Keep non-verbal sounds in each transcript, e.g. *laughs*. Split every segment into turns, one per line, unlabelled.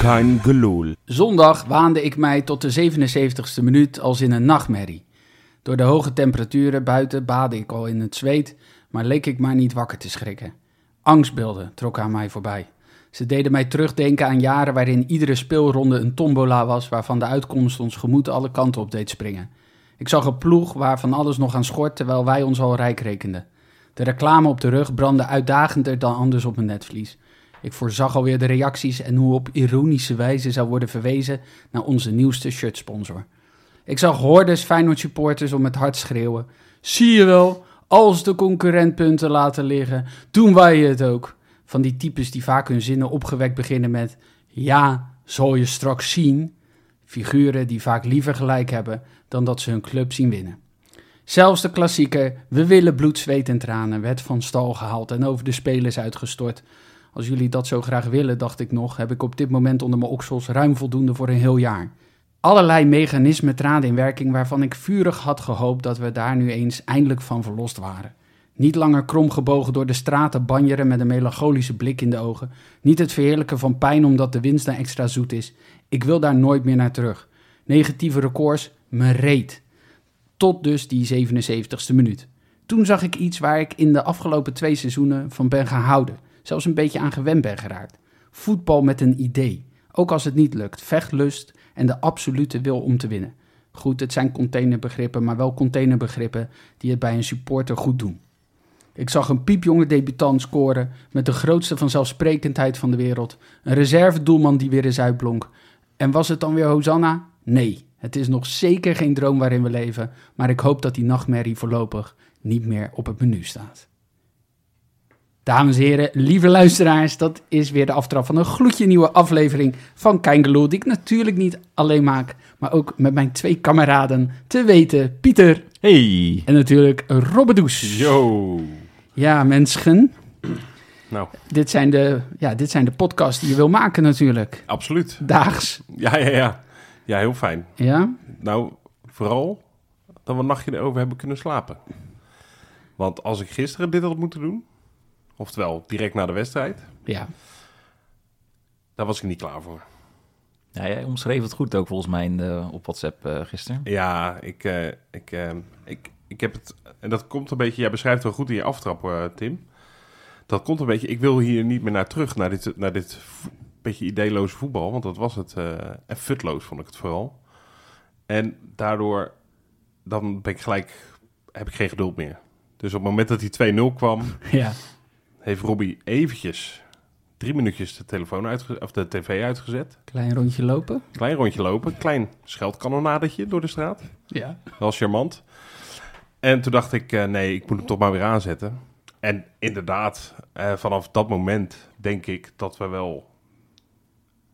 kein geloel.
Zondag waande ik mij tot de 77ste minuut als in een nachtmerrie. Door de hoge temperaturen buiten baadde ik al in het zweet, maar leek ik maar niet wakker te schrikken. Angstbeelden trokken aan mij voorbij. Ze deden mij terugdenken aan jaren waarin iedere speelronde een tombola was waarvan de uitkomst ons gemoed alle kanten op deed springen. Ik zag een ploeg waarvan alles nog aan schort terwijl wij ons al rijk rekenden. De reclame op de rug brandde uitdagender dan anders op mijn netvlies. Ik voorzag alweer de reacties en hoe op ironische wijze zou worden verwezen naar onze nieuwste shirtsponsor. Ik zag hordes Feyenoord supporters om het hart schreeuwen. Zie je wel, als de concurrent punten laten liggen, doen wij het ook. Van die types die vaak hun zinnen opgewekt beginnen met ja, zal je straks zien. Figuren die vaak liever gelijk hebben dan dat ze hun club zien winnen. Zelfs de klassieker We willen bloed, zweet en tranen werd van stal gehaald en over de spelers uitgestort. Als jullie dat zo graag willen, dacht ik nog, heb ik op dit moment onder mijn oksels ruim voldoende voor een heel jaar. Allerlei mechanismen traden in werking waarvan ik vurig had gehoopt dat we daar nu eens eindelijk van verlost waren. Niet langer kromgebogen door de straten banjeren met een melancholische blik in de ogen. Niet het verheerlijken van pijn omdat de winst dan extra zoet is. Ik wil daar nooit meer naar terug. Negatieve records, me reet. Tot dus die 77ste minuut. Toen zag ik iets waar ik in de afgelopen twee seizoenen van ben gaan houden. Zelfs een beetje aan gewend ben geraakt. Voetbal met een idee. Ook als het niet lukt. Vechtlust en de absolute wil om te winnen. Goed, het zijn containerbegrippen, maar wel containerbegrippen die het bij een supporter goed doen. Ik zag een piepjonge debutant scoren met de grootste vanzelfsprekendheid van de wereld. Een reservedoelman die weer eens uitblonk. En was het dan weer Hosanna? Nee, het is nog zeker geen droom waarin we leven, maar ik hoop dat die nachtmerrie voorlopig niet meer op het menu staat. Dames en heren, lieve luisteraars, dat is weer de aftrap van een gloedje nieuwe aflevering van Keingeloel, die ik natuurlijk niet alleen maak, maar ook met mijn twee kameraden, te weten Pieter
Hey.
en natuurlijk Robbedoes.
Yo.
Ja, mensen,
Nou,
dit zijn, de, ja, dit zijn de podcasts die je wil maken natuurlijk.
absoluut.
Daags,
Ja, ja, ja. Ja, heel fijn.
ja.
Nou, vooral dat we een nachtje erover hebben kunnen slapen. Want als ik gisteren dit had moeten doen, oftewel direct na de wedstrijd,
Ja,
daar was ik niet klaar voor.
Ja, jij omschreef het goed ook volgens mij in de, op WhatsApp eh, gisteren.
Ja, ik, eh, ik, eh, ik, ik heb het... En dat komt een beetje... Jij beschrijft wel goed in je aftrap, eh, Tim. Dat komt een beetje... Ik wil hier niet meer naar terug, naar dit, naar dit vo- beetje ideeloze voetbal. Want dat was het. eh en futloos vond ik het vooral. En daardoor... Dan ben ik gelijk... Heb ik geen geduld meer. Dus op het moment dat die 2-0 kwam...
ja.
heeft Robbie eventjes... Drie minuutjes de telefoon uitge- of de tv uitgezet.
Klein rondje lopen.
Klein rondje lopen. Klein scheldkanonadetje door de straat.
Ja.
Wel charmant. En toen dacht ik, eh, nee, ik moet hem toch maar weer aanzetten. En inderdaad, eh, vanaf dat moment denk ik dat we wel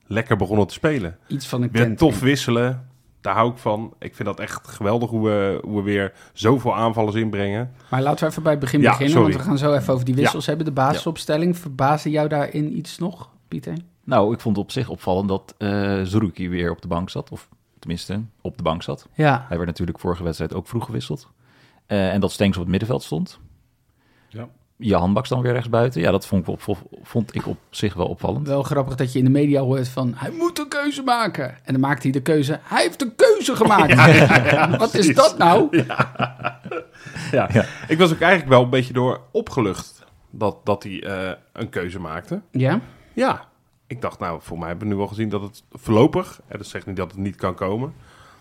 lekker begonnen te spelen.
Iets van een
Weer
tent.
tof wisselen, daar hou ik van. Ik vind dat echt geweldig hoe we, hoe we weer zoveel aanvallers inbrengen.
Maar laten we even bij het begin
Ja,
beginnen,
sorry.
want we gaan zo even over die wissels hebben. De basisopstelling, verbaasde jou daarin iets nog, Pieter?
Nou, ik vond het op zich opvallend dat eh Zerouki weer op de bank zat. Of tenminste, op de bank zat.
Ja.
Hij werd natuurlijk vorige wedstrijd ook vroeg gewisseld. Eh, en dat Stenks op het middenveld stond.
Ja.
Je handbaks dan weer rechtsbuiten. Ja, dat vond ik, op, vond ik op zich wel opvallend.
Wel grappig dat je in de media hoort van, hij moet een keuze maken. En dan maakt hij de keuze, hij heeft een keuze gemaakt. Wat is
precies.
dat nou?
Ja. Ik was ook eigenlijk wel een beetje door opgelucht dat, dat hij eh, een keuze maakte.
Ja,
Ja, ik dacht, nou, voor mij hebben we nu al gezien dat het voorlopig, en dat zegt niet dat het niet kan komen,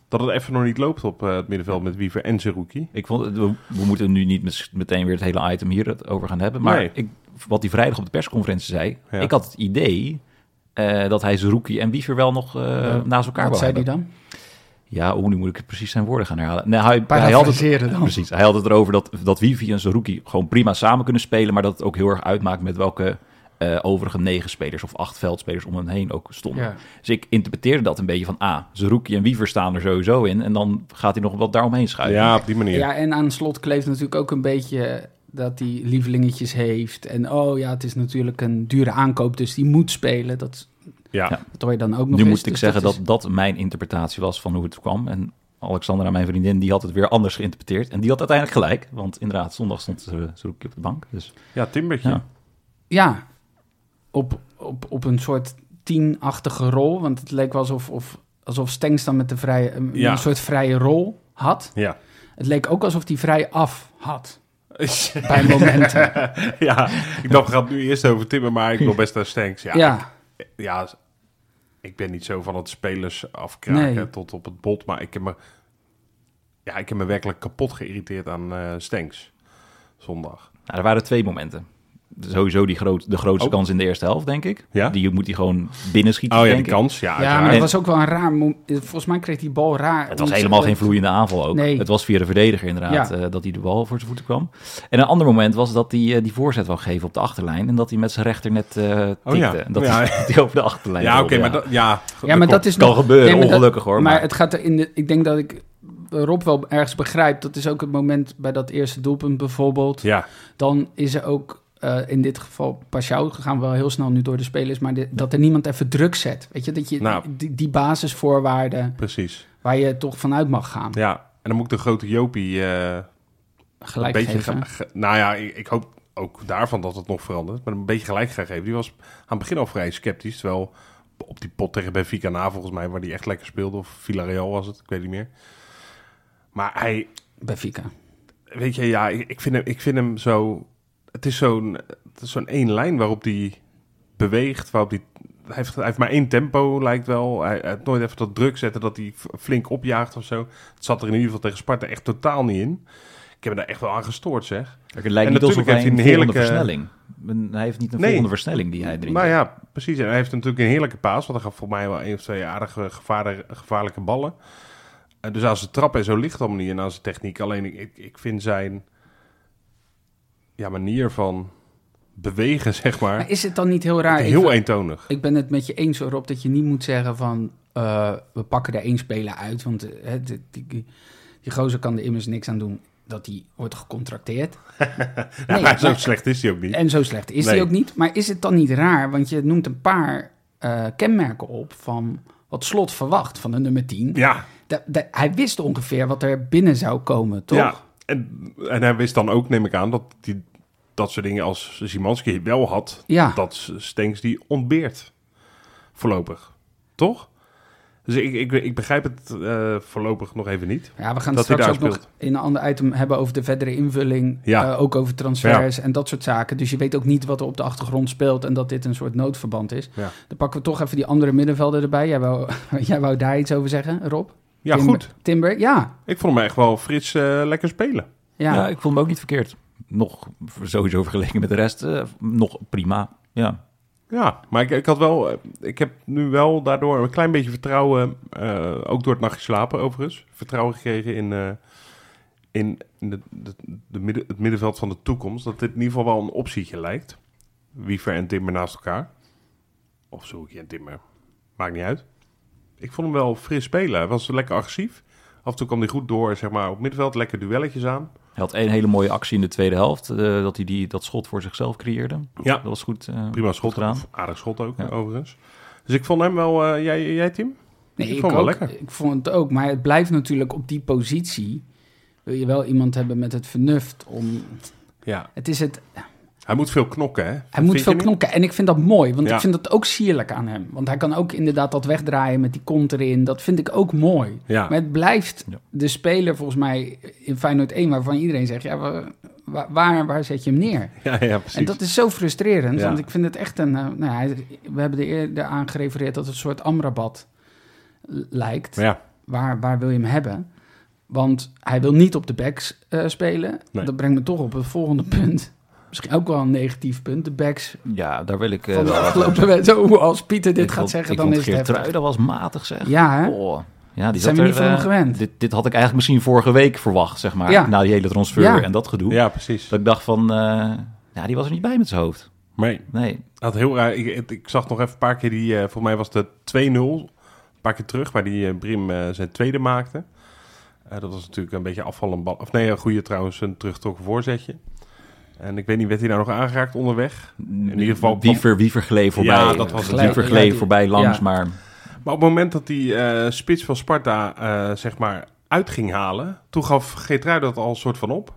dat het even nog niet loopt op eh, het middenveld met Wiever en Zerouki.
Ik vond, het- we, we moeten nu niet mes- meteen weer het hele item hier het over gaan hebben. Maar
Nee.
ik, wat hij vrijdag op de persconferentie zei.
Ja.
Ik had het idee eh, dat hij Zerouki en Wiever wel nog eh, naast elkaar
wat zei
wou
hij
hebben.
dan?
Ja, hoe nu moet ik het precies zijn woorden gaan herhalen? Nee, hij, hij had het,
Parafraseren dan.
precies, hij had het erover dat, dat Wifi en Zerouki gewoon prima samen kunnen spelen, maar dat het ook heel erg uitmaakt met welke eh, overige negen spelers of acht veldspelers om hem heen ook stonden.
Ja.
Dus ik interpreteerde dat een beetje van, ah, Zerouki en Wiever staan er sowieso in en dan gaat hij nog wat daaromheen schuiven.
Ja, op die manier.
Ja, en aan slot kleeft natuurlijk ook een beetje dat hij lievelingetjes heeft. En oh ja, het is natuurlijk een dure aankoop, dus die moet spelen. Dat,
Ja.
Ja.
dat hoor je dan ook nog
nu
eens.
moet ik
Dus
zeggen dat,
is-
dat mijn interpretatie was van hoe het kwam en Alexandra, mijn vriendin, die had het weer anders geïnterpreteerd en die had uiteindelijk gelijk, want inderdaad, zondag stond eh, Zerouki op de bank, dus...
Ja, Timbertje.
Ja.
Ja, op, op, op een soort tien-achtige rol. Want het leek wel alsof, of, alsof Stengs dan met de vrije, een
Ja.
soort vrije rol had.
Ja. *laughs*
Het leek ook alsof hij vrij af had. Bij
*laughs*
momenten.
ja, ik dacht, we gaan het nu eerst over Timmer, maar ik wil best naar Stanks. Ja,
ja,
ja. Ik, ja, ik ben niet zo van het spelers afkraken
Nee.
tot op het bot, maar ik heb me, ja, ik heb me werkelijk kapot geïrriteerd aan eh Stanks zondag.
Nou, er waren twee momenten. Sowieso die groot, de grootste
Oh.
kans in de eerste helft, denk ik.
Ja?
Die moet hij gewoon binnenschieten,
Oh ja, die
denk ik.
kans. Ja,
ja,
uiteraard.
maar het was ook wel een raar moment. Volgens mij kreeg die bal raar.
Het was helemaal geen vloeiende aanval ook.
Nee.
Het was via de verdediger inderdaad
Ja.
eh, dat hij de bal voor zijn voeten kwam. En een ander moment was dat hij eh, die voorzet wou geven op de achterlijn. En dat hij met zijn rechter net eh tikte.
Oh ja.
En dat
Ja.
hij, *laughs* dat hij over de achterlijn
ja, oké,
rolde,
maar dat, ja,
Ja, maar dat is
Kan
nog-
gebeuren,
maar dat-
ongelukkig hoor,
Maar,
maar-
het gaat er in de. Ik denk dat ik Rob wel ergens begrijp. Dat is ook het moment bij dat eerste doelpunt bijvoorbeeld.
Ja,
Dan is er ook eh, in dit geval Pashao. Gaan we wel heel snel nu door de spelers. Maar de- dat er niemand even druk zet. Weet je, dat je
Nou.
die, die basisvoorwaarden
precies.
waar je toch vanuit mag gaan.
Ja, en dan moet ik de grote Jopie eh, een
Gelijk
beetje...
geven.
ga- ge- nou ja, ik, ik hoop ook daarvan dat het nog verandert, maar een beetje gelijk gaan geven. Die was aan het begin al vrij sceptisch, terwijl op die pot tegen Benfica na volgens mij, waar die echt lekker speelde, of Villarreal was het, ik weet niet meer. Maar hij,
Bij Fika.
weet je, ja, ik, ik vind, hem, ik vind hem zo... Het is zo'n het is zo'n één lijn waarop die beweegt, waarop die... Hij heeft, hij heeft maar één tempo, lijkt wel. Hij, hij heeft nooit even dat druk zetten dat hij f- flink opjaagt of zo. Het zat er in ieder geval tegen Sparta echt totaal niet in. Ik heb me daar echt wel aan gestoord, zeg.
Het lijkt
En
niet
natuurlijk
alsof hij
heeft hij
een,
een
volgende
heerlijke-
versnelling. Een- Hij heeft niet een
Nee.
volgende versnelling die hij drinkt.
Nou ja, precies. En hij heeft natuurlijk een heerlijke paas. Want hij gaf voor mij wel één of twee aardige gevaarlijke, gevaarlijke ballen. Eh, dus aan zijn trap en zo ligt het allemaal niet. En aan zijn techniek. Alleen ik, ik, ik vind zijn ja, manier van bewegen, *laughs* zeg maar,
Maar is het dan niet heel raar? Ik
heel
vind-
eentonig.
Ik ben het met je eens, hoor, Rob, dat je niet moet zeggen van... eh, we pakken er één speler uit, want eh, hè, die, die, die gozer kan er immers niks aan doen dat hij wordt gecontracteerd.
Ja,
Nee,
maar zo
maar-
slecht is hij ook niet.
En zo slecht is die
Nee.
ook niet. Maar is het dan niet raar, want je noemt een paar eh, kenmerken op van wat Slot verwacht van de nummer 10.
Ja,
Da- da- hij wist ongeveer wat er binnen zou komen, toch?
ja. En, en hij wist dan ook, neem ik aan, dat die, dat soort dingen als Simanski wel had.
Ja.
dat Stenks die ontbeert. Voorlopig. Toch? Dus ik, ik, ik begrijp het eh, voorlopig nog even niet.
Ja, we gaan het
dat hij
straks ook
daar
nog in een ander item hebben over de verdere invulling.
Ja.
eh, ook over transfers en dat soort zaken. Dus je weet ook niet wat er op de achtergrond speelt en dat dit een soort noodverband is.
Ja,
Dan pakken we toch even die andere middenvelder erbij. Jij wou, *laughs* jij wou daar iets over zeggen, Rob?
ja
Timber-
goed.
Timber, ja.
Ik vond hem echt wel Frits eh, lekker spelen.
Ja,
Ja, ik vond hem ook niet verkeerd. Nog sowieso vergeleken met de rest, eh, nog prima. Ja.
Ja, maar ik, ik had wel, eh, ik heb nu wel daardoor een klein beetje vertrouwen, eh, ook door het nachtje slapen overigens, vertrouwen gekregen in, eh, in in de, de, de midden, het middenveld van de toekomst. Dat dit in ieder geval wel een optietje lijkt. Wiever en Timmer naast elkaar. Of Zoekie en Timmer. Maakt niet uit. Ik vond hem wel fris spelen. Hij was lekker agressief. Af en toe kwam hij goed door, zeg maar, op middenveld. Lekker duelletjes aan.
Hij had één hele mooie actie in de tweede helft, eh, dat hij die, dat schot voor zichzelf creëerde.
Ja,
Dat was goed. eh,
Prima
goed
schot
gedaan.
Of Aardig schot ook,
Ja.
overigens. Dus ik vond hem wel... eh, jij, jij, Tim?
nee,
ik
ik,
vond hem
ook,
wel lekker.
ik vond het ook. Maar het blijft natuurlijk op die positie. Wil je wel iemand hebben met het vernuft om.
Ja.
Het is het,
Hij moet veel knokken, hè?
hij
Vind
moet
je
veel
niet?
knokken. En ik vind dat mooi, want
Ja.
ik vind dat ook sierlijk aan hem. Want hij kan ook inderdaad dat wegdraaien met die kont erin. Dat vind ik ook mooi.
Ah. Ja.
Maar het blijft
Ja.
de speler volgens mij in Feyenoord 1 waarvan iedereen zegt: ja, wa- wa- waar, waar zet je hem neer?
ja, ja, precies.
En dat is zo frustrerend,
Ja.
want ik vind het echt een... eh, nou ja, hij- we hebben er eerder aan gerefereerd dat het een soort Amrabat l- lijkt.
Maar ja,
Waar, waar wil je hem hebben? Want hij wil niet op de backs eh, spelen.
Nee.
Dat brengt me toch op het volgende punt. Misschien ook wel een negatief punt. De backs *laughs*
Ja, daar wil ik... eh,
van de
wel-
afgelopen wedstrijd. Zo, als Pieter dit
Ik
gaat
vond-
zeggen,
ik
dan
vond
is het heftig.
Geertrui, dat was matig zeg.
Ja, hè?
Oh. Ja, die
Zijn
zat
we
er,
niet van hem
eh,
gewend.
Dit, dit had ik eigenlijk misschien vorige week verwacht, zeg maar.
Ja.
Na die hele transfer
Ja.
en dat gedoe.
ja, precies.
Dat ik dacht van, eh, ja, die was er niet bij met zijn hoofd.
Maar ik
Nee,
had heel raar... Ik, het- ik zag nog even een paar keer die... eh volgens mij was de 2-0. Een paar keer terug, waar die eh, Brim eh, zijn tweede maakte. Eh, dat was natuurlijk een beetje afvallend bal. Of nee, een goede trouwens, een teruggetrokken voorzetje. En ik weet niet, werd hij nou nog aangeraakt onderweg? In ieder geval... kwam-
Wiever, Wiever gleed voorbij.
Ja, dat was het.
Wiever
Ja,
gleed
die-
voorbij langs,
ja.
maar...
Maar op het moment dat die eh, spits van Sparta eh, zeg maar uit ging halen, toen gaf Geertrui dat al een soort van op.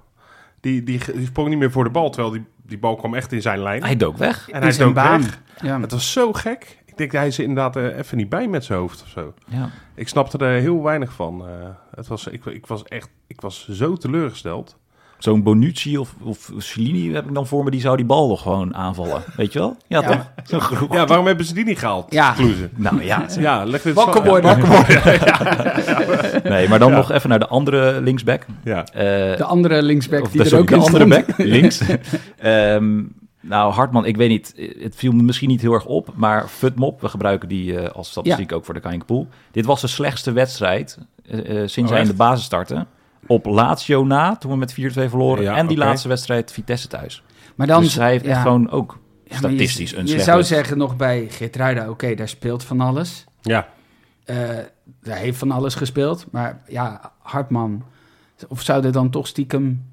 Die, die, die sprong niet meer
Ah,
voor de bal, terwijl die, die bal kwam echt in zijn lijn.
Hij dook weg.
en
In
hij
zijn
dook
baan.
weg.
Ja.
Het was zo gek. Ik ik denk, hij is inderdaad eh, even niet bij met zijn hoofd of zo.
Ja.
Ik snapte er heel weinig van. eh. het was, ik, ik was echt ik was zo teleurgesteld.
Zo'n Bonucci of, of Cellini heb ik dan voor me, die zou die bal nog gewoon
*laughs*
aanvallen. Weet je wel? Ja,
Ja.
toch? Zo'n groep.
Ja, waarom hebben ze die niet gehaald?
Ja.
Kloeze?
*laughs*
Nou ja,
Ja, leg dit
Wakker
zo-
worden.
nee, maar dan
Ja.
nog even naar de andere linksback.
Ja.
Eh,
De andere linksback
Of
die
dat
er ook
de
in
andere
stond.
back,
*laughs*
links. Ehm, nou, Hartman, ik weet niet. Het viel me misschien niet heel erg op. Maar Futmop, we gebruiken die eh, als statistiek ook voor de Kankpool. Dit was de slechtste wedstrijd eh, eh, sinds
Oh,
hij in
echt?
de basis startte. Op Lazio na, toen we met 4-2 verloren.
Ja,
en die
oké.
laatste wedstrijd Vitesse thuis.
Maar dan,
dus hij heeft echt
ja.
gewoon ook
Ja, maar je-
statistisch een
Je
slechte
zou
wedstrijd.
zeggen nog bij Geertruida, oké, daar speelt van alles.
ja.
Eh, hij heeft van alles gespeeld. Maar ja, Hartman. Of zou er dan toch stiekem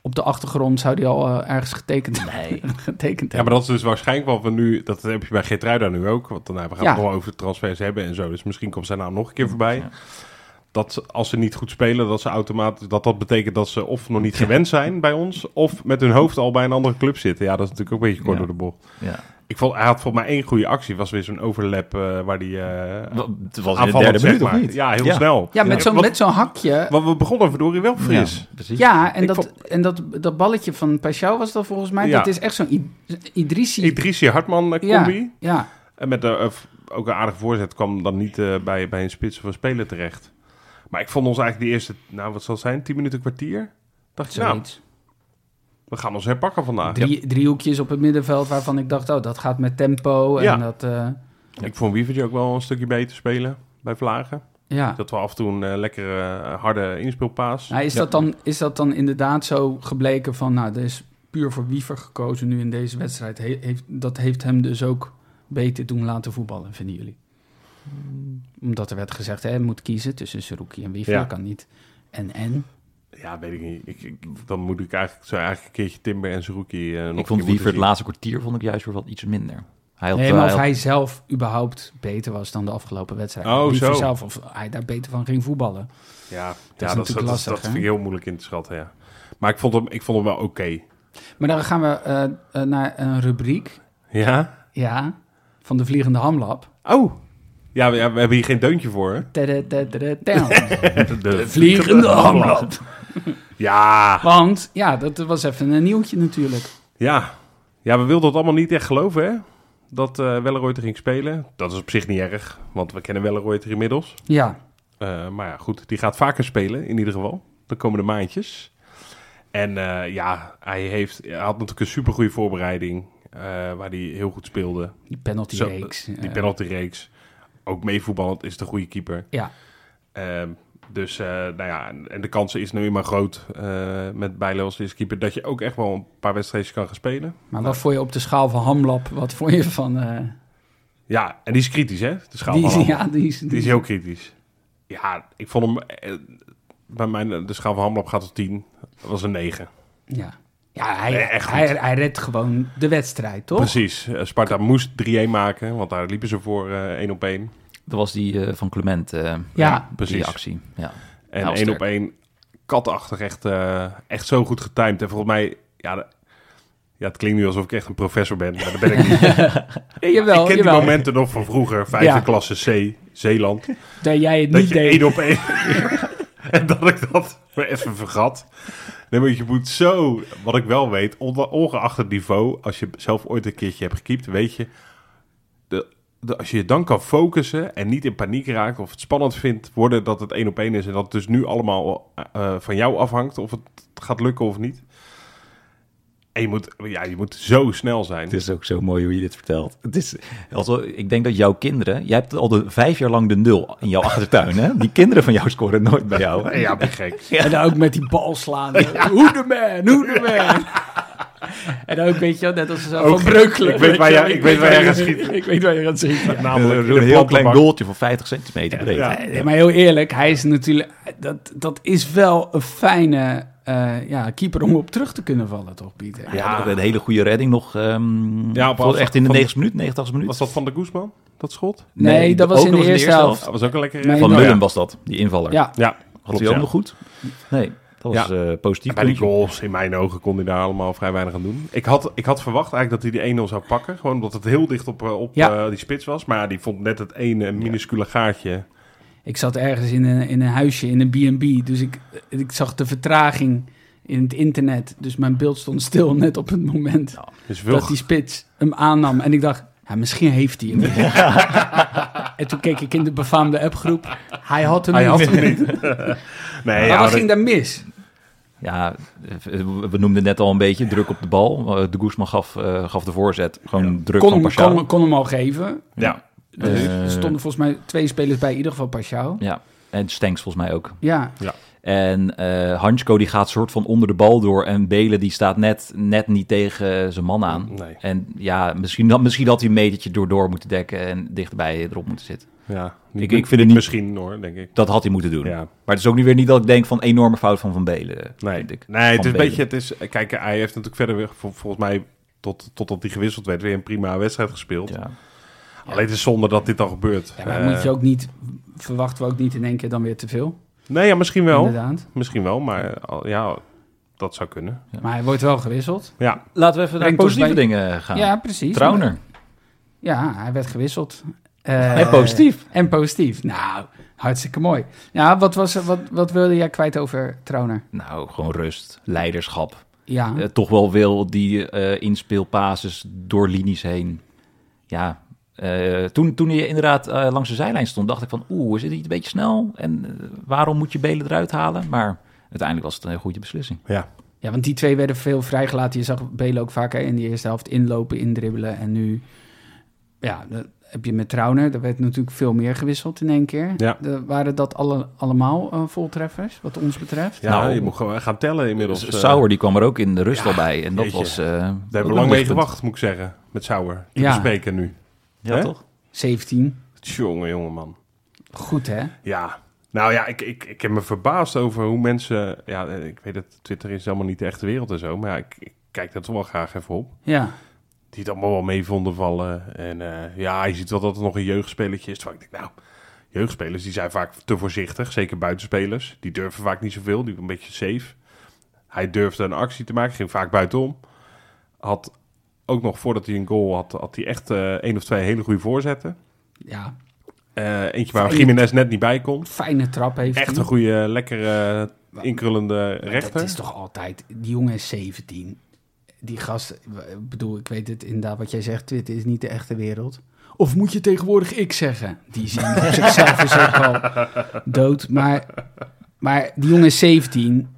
op de achtergrond... zou die al eh, ergens getekend,
Nee.
getekend
Ja,
hebben?
maar
*laughs*
dat is dus waarschijnlijk wat we nu... Dat heb je bij Geertruida nu ook. Want daarna, we gaan
Ja.
het nog wel over transfers hebben en zo. Dus misschien komt zijn naam nog een keer voorbij.
Ja.
Dat ze- als ze niet goed spelen, dat ze automatisch... Dat dat betekent dat ze of nog niet gewend zijn bij ons... of met hun hoofd al bij een andere club zitten. Ja, dat is natuurlijk ook een beetje kort
Ja.
door de bocht.
Ja.
Ik vond, hij had volgens mij één goede actie. was weer zo'n overlap eh, waar die... eh
Wa- Het was in de
aanvallend,
derde
zeg
minuut, of
maar.
niet?
Ja, heel
Ja.
snel.
Ja, met zo'n
Want-
met zo'n hakje.
Want we begonnen verdorie wel fris.
Ja, precies.
Ja, en,
Ik
dat,
vond-
en dat, dat balletje van Pashao was dat volgens mij.
Ja.
Dat is echt zo'n I- Idrissi.
Idrissi
ja,
Hartman-combi.
ja.
En met de, eh, f- ook een aardige voorzet kwam dan niet eh, bij, bij een spits of een speler terecht. Maar ik vond ons eigenlijk die eerste, nou wat zal het zijn, 10 minuten kwartier? Dacht je, nou,
Zoiets.
we gaan ons herpakken vandaag.
Drie, driehoekjes op het middenveld waarvan ik dacht, oh, dat gaat met tempo. En
Ja.
dat, eh,
Ik vond Wievertje ook wel een stukje beter spelen bij Vlagen.
ja.
Dat we af en toe een eh, lekkere eh, harde inspeelpaas.
Nou, is,
Ja.
dat dan, is dat dan inderdaad zo gebleken van, nou, er is puur voor Wiever gekozen nu in deze wedstrijd. He- heeft, dat heeft hem dus ook beter doen laten voetballen, vinden jullie? Omdat er werd gezegd, hè, hij moet kiezen tussen Seruki en Wiever,
Ja.
dat kan niet. En, en?
Ja, weet ik niet. Ik, ik- dan moet ik eigenlijk, zou eigenlijk een keertje Timber en Zerouki eh, nog een
Ik
keer
vond
moeten
Wiever het
zien.
laatste kwartier vond ik juist weer wat iets minder. Hij had,
Nee,
eh,
maar of
had-
hij zelf überhaupt beter was dan de afgelopen wedstrijd.
Oh,
Wiever
zo.
zelf, of hij daar beter van ging voetballen. is
Ja, ja dat, is- dat,
natuurlijk
is- dat
lastig, hè?
vind ik heel moeilijk in te schatten, ja. Maar ik vond hem, ik vond hem wel oké.
Maar dan gaan we eh, eh, naar een rubriek,
Ja?
ja, van de Vliegende Hamlab.
Oh! Ja, we, ja, we hebben hier geen deuntje voor, hè?
Tede, tede,
*laughs*
tede, tede.
De
Vliegende Hamlab.
Ja,
Want ja, dat was even een nieuwtje natuurlijk.
ja. Ja, we wilden het allemaal niet echt geloven, hè? Dat eh Welleroy er ging spelen. Dat is op zich niet erg, want we kennen Welleroy er inmiddels.
Ja,
Eh, maar ja, goed, die gaat vaker spelen in ieder geval. De komende maandjes. En eh, ja, hij, heeft, hij had natuurlijk een supergoeie voorbereiding. eh, waar hij heel goed speelde.
die penalty
Zo,
reeks.
Die
eh,
penaltyreeks. Ook meevoetballend is de goede keeper.
ja,
Ehm, dus, eh, nou ja, en de kans is nu maar groot eh, met Bijlo als eerste keeper... dat je ook echt wel een paar wedstrijdjes kan gaan spelen.
maar wat vond je op de schaal van Hamlap? Wat vond je van... eh,
Ja, en die is kritisch, hè? De schaal van
die,
Hamel.
*laughs* ja, die is...
Die is heel kritisch. Ja, ik vond hem... eh, bij mijn, eh, de schaal van Hamlap gaat tot 10. Dat was een 9.
Ja, ja hij,
Nee, echt
hij,
goed.
hij redt gewoon de wedstrijd, toch?
Precies. Eh, Sparta moest 3-1 maken, want daar liepen ze voor eh 1 op 1.
Dat was die eh, van Clement, eh,
Ja,
precies.
die actie. Ja.
En
Nou,
één
sterk.
op één, katachtig, echt, eh, echt zo goed getimed. En volgens mij, ja, de- ja, het klinkt nu alsof ik echt een professor ben, maar dat ben ik niet.
Eh, *laughs* jawel,
ik
jawel.
ken die momenten nog van vroeger, vijfde
Ja.
klasse C, Zeeland.
Dat jij het
Dat
niet
je
deed.
één op één... *laughs* en dat ik dat weer even vergat. Nee, maar je moet zo... Wat ik wel weet, onge- ongeacht het niveau... als je zelf ooit een keertje hebt gekiept, weet je... De, de- als je je dan kan focussen en niet in paniek raakt... of het spannend vindt worden dat het één op één is... en dat het dus nu allemaal eh, eh, van jou afhangt... of het gaat lukken of niet... En je moet, ja, je moet zo snel zijn.
Het is ook zo mooi hoe je dit vertelt. Het is, also, ik denk dat jouw kinderen... Jij hebt al de, vijf jaar lang de nul in jouw achtertuin. Hè? Die kinderen van jou scoren nooit bij jou.
*laughs* Ja, ben je gek.
En dan ook met die bal slaan. eh, Hoe de man, hoe de man. En ook, weet je wel, net als ze zo
Ook-
van Breukelen.
ik weet waar
je wel,
jij- ik weet waar jij gaat schieten.
Ik weet waar je gaat schieten.
Namelijk in de
Eh, een heel klein
plantenbak.
goaltje van 50 centimeter breed.
Ja.
Nee, maar heel eerlijk, hij is natuurlijk. Dat, dat is wel een fijne eh, ja, keeper om op terug te kunnen vallen, toch, Pieter?
Ja, een hele goede redding nog. ehm
Ja, op
voor- echt in de
van-
90 minuut, 89 minuut.
Was dat van de Guzman, dat schot?
Nee, dat was
ook
in de
nog
eerste helft.
Dat was ook een lekkere... Oh,
Nee,
Van
Ja.
Lullen was dat, die invaller.
Ja,
Ja,
Had
klopt,
hij ook
ja.
nog goed? Nee, dat Dat was eh, positief.
En bij die
puntje.
goals, in mijn ogen, kon hij daar allemaal vrij weinig aan doen. Ik had, ik had verwacht eigenlijk dat hij die 1-0 zou pakken. Gewoon omdat het heel dicht op, eh, op
Ja.
eh, die spits was. Maar ja, die vond net het ene minuscule gaatje.
Ik zat ergens in een, in een huisje, in een B&B. Dus ik, ik zag de vertraging in het internet. Dus mijn beeld stond stil net op het moment
Dus veel,
dat die spits hem aannam. En ik dacht, ja, misschien heeft hij hem. *laughs* en toen keek ik in de befaamde appgroep. Hij had hem
hij had
niet. *laughs*
hem niet. nee,
maar
ja,
wat
dat-
ging daar mis?
Ja, eh, we noemden net al een beetje druk op de bal. Eh, De Guzman gaf, eh, gaf de voorzet. Gewoon druk
Kon
van
hem,
Pascal.
kon, kon hem al geven.
ja.
Dus
Eh.
er stonden volgens mij twee spelers bij in ieder geval Paschal.
Ja, en Stenks volgens mij ook.
Ja,
En eh Hansko die gaat soort van onder de bal door. En Belen die staat net, net niet tegen zijn man aan.
Nee.
En ja, misschien, dat- misschien had hij een metertje door door moeten dekken en dichterbij erop moeten zitten.
ja.
Ik- ik vind het niet-
Misschien hoor, denk ik.
Dat had hij moeten doen.
Ja.
Maar het is ook nu weer niet dat ik denk van enorme fout van Van Belen.
Nee,
vind ik.
nee het
Van
is een
Belen.
beetje... Het is, kijk, hij heeft natuurlijk verder weer, vol- volgens mij... Tot, totdat hij gewisseld werd, weer een prima wedstrijd gespeeld.
Ja.
Alleen het is zonde dat dit dan gebeurt.
ja maar
Eh,
moet je ook niet, verwachten we ook niet in één keer dan weer te veel.
Nee, ja, misschien wel.
Inderdaad.
Misschien wel, maar eh, al- ja, dat zou kunnen.
Maar hij wordt wel gewisseld.
Ja,
Laten we even naar
Brengt
positieve
ons bij-
dingen gaan.
Ja, precies.
Trauner.
Ja, hij werd gewisseld. Eh,
en positief.
En positief. Nou, hartstikke mooi. Ja, wat, was, wat, wat wilde jij kwijt over Trauner?
Nou, gewoon rust, leiderschap.
Ja,
Eh, toch wel wil die eh inspeelpases door linies heen. Ja, eh, toen, toen je inderdaad eh, langs de zijlijn stond, dacht ik van... Oeh, is dit niet een beetje snel? En eh, waarom moet je Belen eruit halen? Maar uiteindelijk was het een heel goede beslissing.
ja.
ja, want die twee werden veel vrijgelaten. Je zag Belen ook vaker in de eerste helft inlopen, indribbelen. En nu ja, dan heb je met Trauner, er werd natuurlijk veel meer gewisseld in één keer.
Ja.
Er waren dat alle, allemaal eh, voltreffers, wat ons betreft?
ja
Nou,
je moet gewoon gaan tellen inmiddels.
S-
eh.
Dus Sauer die kwam er ook in de rust al bij. En dat
jeetje.
was... eh, ook
Daar hebben
een
we lang mee
lichtpunt.
gewacht, moet ik zeggen. Met Sauer. Te
Ja.
bespreken nu.
Ja,
Hè?
toch?
17.
Tjonge, jonge man.
Goed, hè?
Ja. Nou ja, ik, ik, ik heb me verbaasd over hoe mensen... Ja, eh, ik weet dat Twitter is helemaal niet de echte wereld en zo. Maar ja, ik, ik kijk daar toch wel graag even op.
Ja.
Die het allemaal wel mee vonden vallen. En eh, ja, je ziet wel dat het nog een jeugdspelletje is. Terwijl ik denk, nou, jeugdspelers die zijn vaak te voorzichtig. Zeker buitenspelers. Die durven vaak niet zoveel. Die doen een beetje safe. Hij durfde een actie te maken. Ging vaak buitenom. Had ook nog voordat hij een goal had, had hij echt eh, één of twee hele goede voorzetten.
ja.
Eh, eentje waar Jiménez net niet bij kon.
Fijne trap heeft
Echt
hij.
een goede, lekkere, inkrullende rechter.
Dat is toch altijd... Die jongen is 17. Die gast... Ik bedoel, ik weet het inderdaad wat jij zegt. Twitter is niet de echte wereld. Of moet je tegenwoordig ik zeggen? Die zien
*laughs*
op zichzelf is ook al dood. Maar, maar die jongen is 17.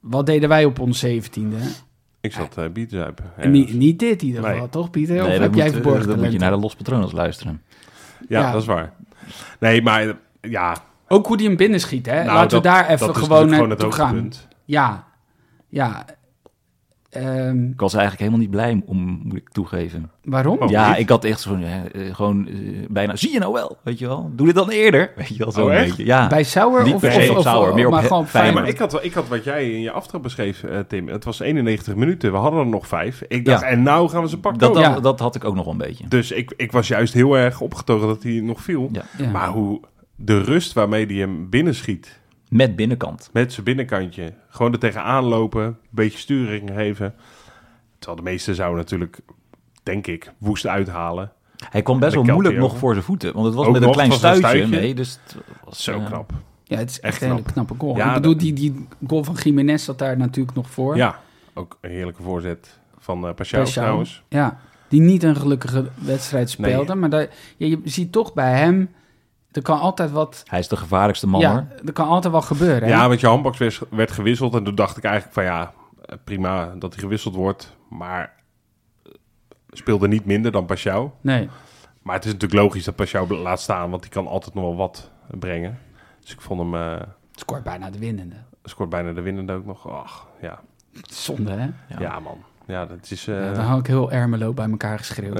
Wat deden wij op ons 17e?
Ik zat eh bier te zuipen.
Niet, niet dit in ieder geval,
Nee.
toch Pieter? Of
Nee, dat
heb
moet,
jij
eh,
verborgen
dat moet je
talenten?
naar de Los Patronos luisteren.
Ja,
Ja.
dat is waar. Nee, maar eh, ja,
Ook hoe die hem binnenschiet, hè?
Nou,
Eh, Laten we
dat-
daar
dat
even
is
gewoon
natuurlijk
naartoe gaan.
hoogtepunt.
Ja, ja. Ehm,
Ik was eigenlijk helemaal niet blij, om, moet ik toegeven.
waarom?
Oh,
ja,
niet?
ik had echt zo'n, hè, eh, gewoon eh, bijna, zie je nou wel, weet je wel. Doe dit dan eerder, *laughs* weet je wel, zo
Oh, echt?
beetje. Ja.
Bij Sauer
Ah, Niet
of,
per
of,
se op
of-
Sauer,
of-
meer op
maar
He-
gewoon op
Feyenoord.
maar
Feyenoord.
ik had, wel- ik had wat jij in je aftrap beschreef, eh, Tim. Het was 91 minuten. We hadden er nog vijf. Ik dacht,
Ja.
en nou gaan we ze pakken.
dat,
ook.
dat,
Oh, Ja.
dat had ik ook nog wel een beetje.
Dus ik, ik was juist heel erg opgetogen dat hij nog viel.
Ja.
Ja.
Maar hoe de rust waarmee hij hem binnenschiet.
Met binnenkant.
Met zijn binnenkantje. Gewoon er tegenaan lopen. Een beetje sturing geven. Terwijl de meesten zouden natuurlijk, denk ik, woest uithalen.
Hij kwam best
En de
wel
kelp
moeilijk
die
nog
ook.
voor zijn voeten. Want het was
Ook
met een
nog,
klein
het was een
stuitje.
stuitje.
Nee, dus het was,
Zo
eh,
knap.
Ja, het is echt
Echt
een hele
knap.
knappe goal.
Ja,
ik bedoel,
dat-
die, die goal van Jiménez zat daar natuurlijk nog voor.
Ja, ook een heerlijke voorzet van eh Pashao
Paschal.
trouwens.
Ja, die niet een gelukkige wedstrijd speelde. Maar daar, ja, je ziet toch bij hem, er kan altijd wat...
Hij is de gevaarlijkste man hoor.
Ja, er kan altijd wat gebeuren. hè?
Ja, want je handbak werd, werd gewisseld. En toen dacht ik eigenlijk van ja, eh, prima dat hij gewisseld wordt. Maar eh, speelde niet minder dan Pashao.
Nee.
Maar het is natuurlijk logisch dat Pashao laat staan. Want die kan altijd nog wel wat brengen. Dus ik vond hem... eh,
Scoort bijna de winnende.
scoort bijna de winnende ook nog. Ach, ja.
Zonde, hè?
Ja,
Ja.
man. Ja, dat is... eh,
Ja, dan had ik heel Ermelo bij elkaar geschreeuwd.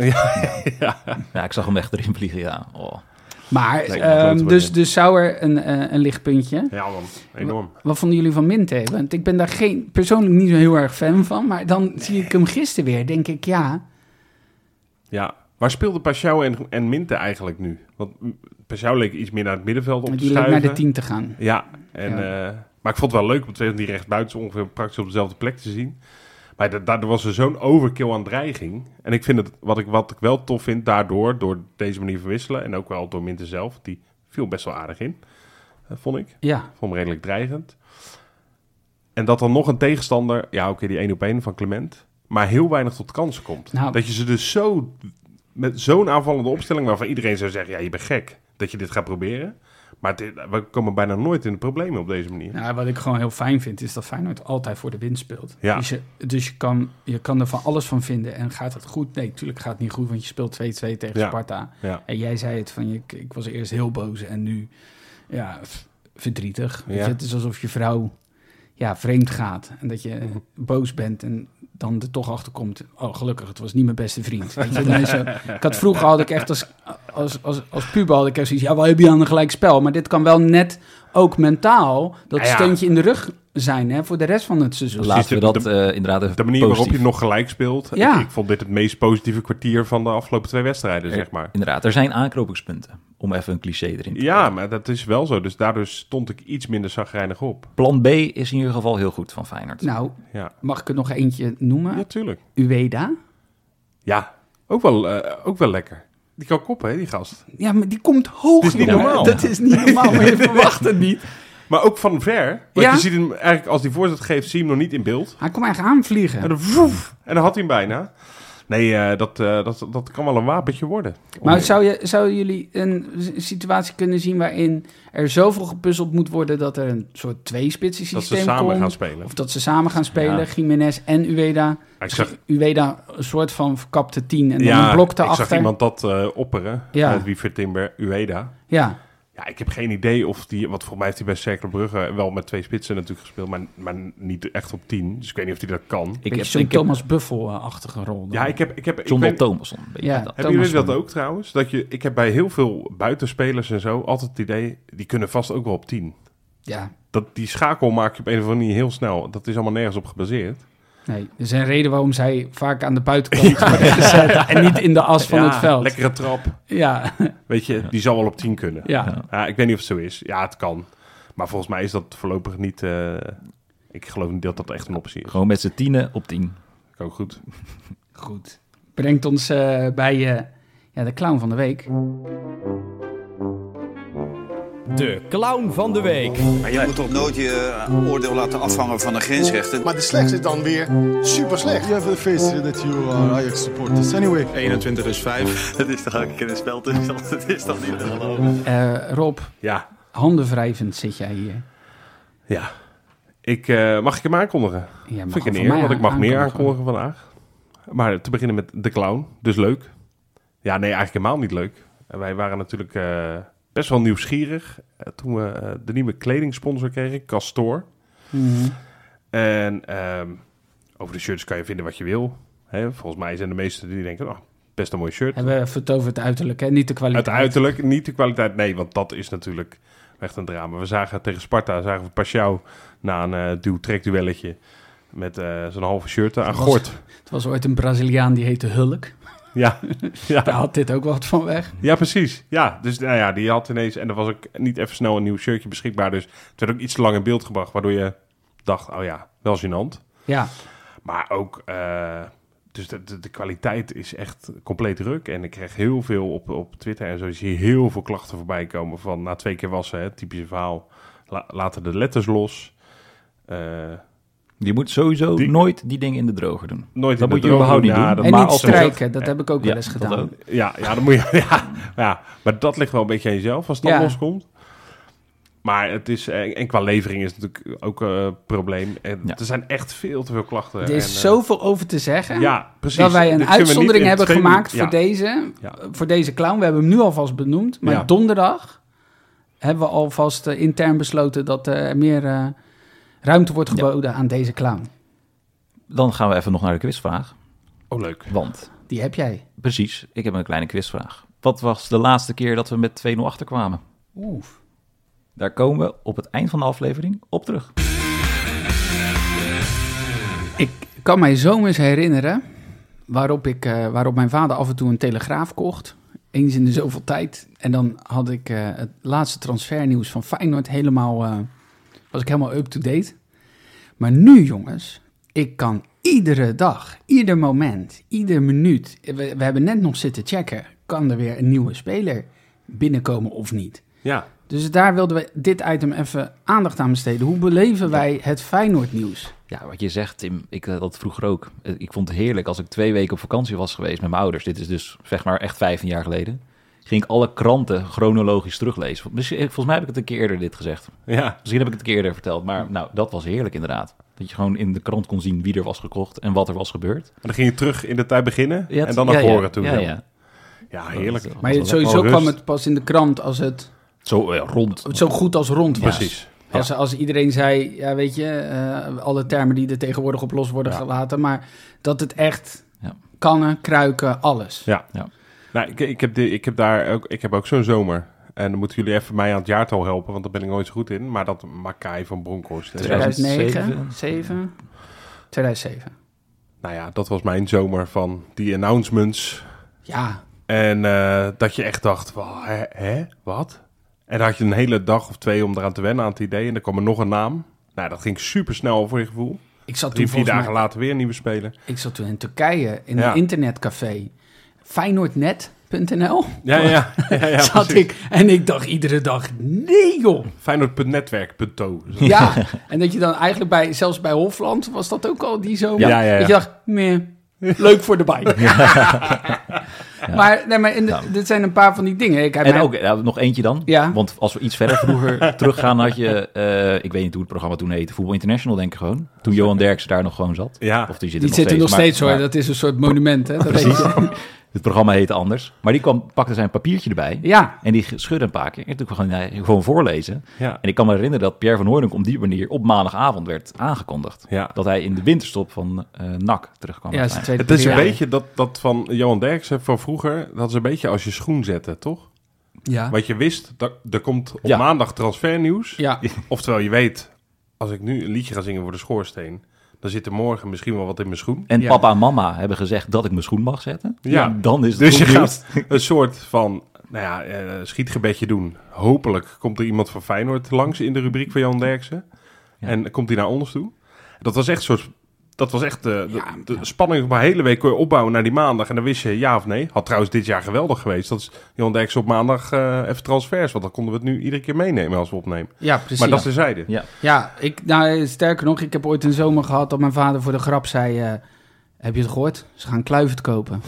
Ja, ik zag hem echt erin vliegen. Ja. Oh.
Maar,
Lijkt me een
ehm,
grote
dus,
winnaar.
dus Sauer een, eh, een lichtpuntje.
ja, man. Enorm.
Wat vonden jullie van Minte? Want ik ben daar geen, persoonlijk niet zo heel erg fan van. Maar dan zie ik hem gisteren weer, denk ik, ja...
Ja. Waar speelde Pashao en, en Minte eigenlijk nu? Want mm, Pashao leek iets meer naar het middenveld op te
Die leek naar
schuiven.
de 10 te gaan.
Ja, en,
Ja.
eh, maar ik vond het wel leuk om twee van die rechtsbuiten ongeveer praktisch op dezelfde plek te zien. Maar da- daardoor was er zo'n overkill aan dreiging. En ik vind het, wat ik, wat ik wel tof vind daardoor, door deze manier van wisselen en ook wel door Minter zelf, die viel best wel aardig in, eh, vond ik.
Ja,
Vond hem redelijk dreigend. En dat dan nog een tegenstander, ja oké, die 1 op 1 van Clement, maar heel weinig tot kansen komt.
Nou.
dat je ze dus zo, met zo'n aanvallende opstelling waarvan iedereen zou zeggen, ja je bent gek dat je dit gaat proberen. Maar dit- we komen bijna nooit in de problemen op deze manier.
nou, wat ik gewoon heel fijn vind, is dat Feyenoord altijd voor de winst speelt.
Ja.
Dus, je, dus je, kan, je kan er van alles van vinden. En gaat het goed? Nee, natuurlijk gaat het niet goed, want je speelt 2-2 tegen
Ja.
Sparta.
Ja.
En jij zei het van, ik, ik was eerst heel boos en nu ja, v- verdrietig.
Ja.
Weet je, het is alsof je vrouw ja, vreemd gaat en dat je
Mhm.
boos bent en dan er toch achter komt. Oh, gelukkig, het was niet mijn beste vriend. Weet je, dan is zo-
*laughs*
ik had vroeger had ik echt als, als, als, als puber had ik echt zoiets, ja, wel heb je aan een gelijk spel. Maar dit kan wel net ook mentaal dat
Nou ja.
steuntje in de rug zijn hè, voor de rest van het seizoen.
Laat-
Laten we dat eh, inderdaad even
De manier waarop je nog gelijk speelt.
Ja.
Ik, ik vond dit het meest positieve kwartier van de afgelopen twee wedstrijden, zeg maar.
Inderdaad, er zijn aanknopingspunten. Om even een cliché erin te
Ja, maar dat is wel zo. Dus daardoor stond ik iets minder zagrijnig op.
Plan B is in ieder geval heel goed van Feyenoord.
Nou,
Ja,
mag ik er nog eentje noemen?
natuurlijk.
Ueda.
Ja, ook wel, eh, ook wel lekker. Die kan koppen, hè, die gast.
Ja, maar die komt hoog.
Dit is niet
jongen. *laughs*
normaal.
Dat is niet normaal,
*laughs*
maar je verwacht het niet.
Maar ook van ver. Want
Ja?
je ziet hem eigenlijk als hij voorzet geeft, zie je hem nog niet in beeld.
Hij komt eigenlijk aanvliegen.
En dan, vroef, en dan had hij hem bijna. Nee, eh, dat, eh, dat, dat kan wel een wapentje worden.
Maar zou je, zouden jullie een s- situatie kunnen zien waarin er zoveel gepuzzeld moet worden dat er een soort tweespitsen
dat ze
systeem
samen
komt?
gaan spelen.
Of dat ze samen gaan spelen,
Ja.
Jiménez en Ueda.
Maar ik zag,
Ueda een soort van verkapte tien en dan
ja,
een blok
ik zag
daarachter.
iemand dat eh, opperen.
Ja.
Ja. Wie Timber, Ueda.
Ja,
Ja, ik heb geen idee of die... Want volgens mij heeft hij bij Cercle Brugge wel met twee spitsen natuurlijk gespeeld. Maar, maar niet echt op tien. Dus ik weet niet of hij dat kan.
ik
ik
heb,
zo'n
ik heb
Thomas Buffel-achtige rol. dan.
Ja, ik heb... Ik heb ik
John
weet-
Dol Thomason. een beetje
Ja.
dat.
Hebben jullie dat
Thomasson.
ook trouwens? Dat je, ik heb bij heel veel buitenspelers en zo altijd het idee, die kunnen vast ook wel op 10.
ja.
Dat, die schakel maak je op een of andere manier heel snel. Dat is allemaal nergens op gebaseerd.
Nee, er is een reden waarom zij vaak aan de buitenkant worden
*laughs*
gezet en niet in de as van
Ja,
het veld.
Lekkere trap.
Ja,
Weet je, die zal wel op 10 kunnen. Ja.
ja.
ik weet niet of het zo is. Ja, het kan. Maar volgens mij is dat voorlopig niet... eh, ik geloof niet dat dat echt een optie is.
Gewoon met z'n tienen op tien.
Kan ook goed.
Goed. Brengt ons eh, bij eh, ja, de clown van de week.
De clown van de week.
Maar je moet toch nooit je eh, oordeel laten afhangen van de grensrechter.
Maar de slechtste is dan weer super slecht. You have to face that you are eh, Ajax supporters anyway.
21 is 5.
*laughs* Het is toch ook een keer een spel tussen *laughs* ons. Het is toch niet te geloven.
Eh, Rob,
Ja,
handenwrijvend zit jij hier.
ja. Ik, eh, mag ik hem aankondigen?
Jij mag
Vind ik
voor
een eer,
mij
want ik mag meer
aankondigen.
aankondigen vandaag. Maar te beginnen met de clown, dus leuk. Ja, nee, eigenlijk helemaal niet leuk. En Wij waren natuurlijk eh, best wel nieuwsgierig eh, toen we eh, de nieuwe kledingsponsor kregen, Castor.
Mhm.
En ehm, over de shirts kan je vinden wat je wil. Hè, volgens mij zijn de meesten die denken, oh, best een mooi shirt.
Hebben we vertoverd uiterlijk, hè? niet de kwaliteit.
Het uiterlijk, niet de kwaliteit. Nee, want dat is natuurlijk echt een drama. We zagen tegen Sparta, zagen we Pashao na een eh duw-trekduelletje met eh zijn halve shirt aan
was-
gort.
Het was ooit een Braziliaan die heette Hulk.
*laughs*
Ja,
Daar
ja,
had dit ook wat van weg.
ja, precies. Ja, dus nou ja, die had ineens... En er was ook niet even snel een nieuw shirtje beschikbaar. Dus het werd ook iets te lang in beeld gebracht. Waardoor je dacht, oh ja, wel gênant.
Ja,
Maar ook... eh, dus de, de, de kwaliteit is echt compleet ruk. En ik kreeg heel veel op, op Twitter en zo. Zie je heel veel klachten voorbij komen van... Na twee keer wassen, hè, typische verhaal. La- laten de letters los. Eh,
Je moet sowieso
Die-
nooit die dingen in de droger doen.
nooit
Dat
in
moet
de
je überhaupt niet
droger- Ja,
doen.
dat-
en
maar
niet
als-
strijken, dat heb ik ook wel eens
dat
gedaan.
ook.
Ja, ja, dan moet je, *laughs* ja, ja, maar dat ligt wel een beetje aan jezelf als het
Ja.
dan loskomt. Maar het is, eh, en qua levering is het natuurlijk ook eh, een probleem. En
Ja.
Er zijn echt veel te veel klachten.
er is
en, eh,
zoveel over te zeggen.
ja, precies.
dat wij
Dit
een
kunnen we niet
uitzondering
in
hebben
twee
gemaakt voor,
minuten-
deze,
Ja.
voor deze clown. We hebben hem nu alvast benoemd. Maar
Ja.
donderdag hebben we alvast eh, intern besloten dat eh, er meer eh, ruimte wordt geboden aan deze clown.
Dan gaan we even nog naar de quizvraag.
Ja. Oh, leuk.
Want,
Die heb jij.
precies, ik heb een kleine quizvraag. Wat was de laatste keer dat we met 2-0 achterkwamen?
Oeh.
Daar komen we op het eind van de aflevering op terug.
Ik kan mij zo eens herinneren waarop, ik, eh, waarop mijn vader af en toe een telegraaf kocht. Eens in de zoveel tijd. En dan had ik eh, het laatste transfernieuws van Feyenoord helemaal... eh, was ik helemaal up-to-date. Maar nu, jongens, ik kan iedere dag, ieder moment, ieder minuut... We, we hebben net nog zitten checken. Kan er weer een nieuwe speler binnenkomen of niet?
Ja,
Dus daar wilden we dit item even aandacht aan besteden. Hoe beleven wij het Feyenoord-nieuws?
Ja, wat je zegt, Tim, ik had dat vroeger ook. Eh, Ik vond het heerlijk als ik twee weken op vakantie was geweest met mijn ouders. Dit is dus zeg maar echt 15 jaar geleden. Ging ik alle kranten chronologisch teruglezen. Vol- misschien- Volgens mij heb ik het een keer eerder dit gezegd.
ja.
Misschien heb ik het een keer eerder verteld. Maar nou, dat was heerlijk inderdaad. Dat je gewoon in de krant kon zien wie er was gekocht en wat er was gebeurd.
En dan ging je terug in de tijd beginnen
Ja,
en dan
ja,
naar voren
ja,
toe.
Ja, ja.
Ja, heerlijk.
Dat- dat
Maar
was wel
sowieso
wel
kwam
rust.
het pas in de krant als het
Zo eh, rond.
zo goed als rond was.
Precies.
Als, als iedereen zei, ja weet je, eh, alle termen die er tegenwoordig op los worden gelaten, maar dat het echt
Ja.
kannen, kruiken, alles.
Ja.
Ja.
Nou, ik, ik, heb, de- ik heb daar ook, ik heb ook zo'n zomer. En dan moeten jullie even mij aan het jaartal helpen, want daar ben ik nooit zo goed in. Maar dat Makai van Bronkhorst. en zo.
2009,
2007.
7, 2007.
Nou ja, dat was mijn zomer van die announcements.
Ja,
En eh, dat je echt dacht, wa- hè, hè, wat? En dan had je een hele dag of twee om eraan te wennen aan het idee. En dan kwam er nog een naam. Nou, dat ging super snel voor je gevoel.
ik zat toen
Drie, vier
volgens
dagen
mij-
later weer een nieuwe speler.
ik zat toen in Turkije in
Ja.
een internetcafé. Feyenoordnet.nl
Ja, ja, *laughs* ja. ja, ja
*laughs* zat
precies.
ik en ik dacht iedere dag, nee joh.
Feyenoord.netwerk.to.
Ja, en dat je dan eigenlijk bij, zelfs bij Hofland, was dat ook al die zomer.
Ja, ja, ja.
Dat je dacht, meh, leuk voor de bij. *laughs* Maar, nee, maar in de- dit zijn een paar van die dingen. Ik, heb
En
mij-
ook ja, nog eentje dan.
Ja.
Want als we iets verder *laughs* vroeger teruggaan, had je, eh, ik weet niet hoe het programma toen heette, Voetbal International denk ik gewoon. Toen Johan Derksen daar nog gewoon zat.
Ja.
Of die zit er
die zitten nog
maar-
steeds hoor,
maar
dat is een soort monument. Hè? Dat
*laughs*
weet je.
Het programma heette anders. Maar die kwam, pakte zijn papiertje erbij.
Ja,
En die schudde een paar keer. En toen gewoon, hij gewoon voorlezen.
Ja.
En ik kan me herinneren dat Pierre van Hooydonk op die manier op maandagavond werd aangekondigd.
Ja.
Dat hij in de winterstop van eh NAC terugkwam.
ja is de
uiteindelijk.
tweede
Het is een
periode.
beetje dat, dat van Johan Derksen van vroeger. Dat is een beetje als je schoen zetten, toch?
Ja.
Want je wist, dat er komt op
Ja.
maandag transfernieuws.
Ja.
*laughs* Oftewel, je weet, als ik nu een liedje ga zingen voor de schoorsteen... dan zit er morgen misschien wel wat in mijn schoen.
En
Ja.
papa en mama hebben gezegd dat ik mijn schoen mag zetten.
Ja.
Dan is het
Dus je
goed nieuws.
gaat een soort van nou ja, eh, schietgebedje doen. Hopelijk komt er iemand van Feyenoord langs in de rubriek van Johan Derksen.
Ja.
En komt hij naar ons toe. Dat was echt een soort... Dat was echt eh, de, de spanning op een hele week kon je opbouwen naar die maandag. En dan wist je ja of nee. Had trouwens dit jaar geweldig geweest. Dat is Johan Derksen op maandag eh, even transfers. Want dan konden we het nu iedere keer meenemen als we opnemen.
ja, precies.
Maar dat is terzijde.
Ja.
Ja, ik, nou, sterker nog, ik heb ooit een zomer gehad dat mijn vader voor de grap zei... eh, heb je het gehoord? Ze gaan kluivert kopen.
*laughs*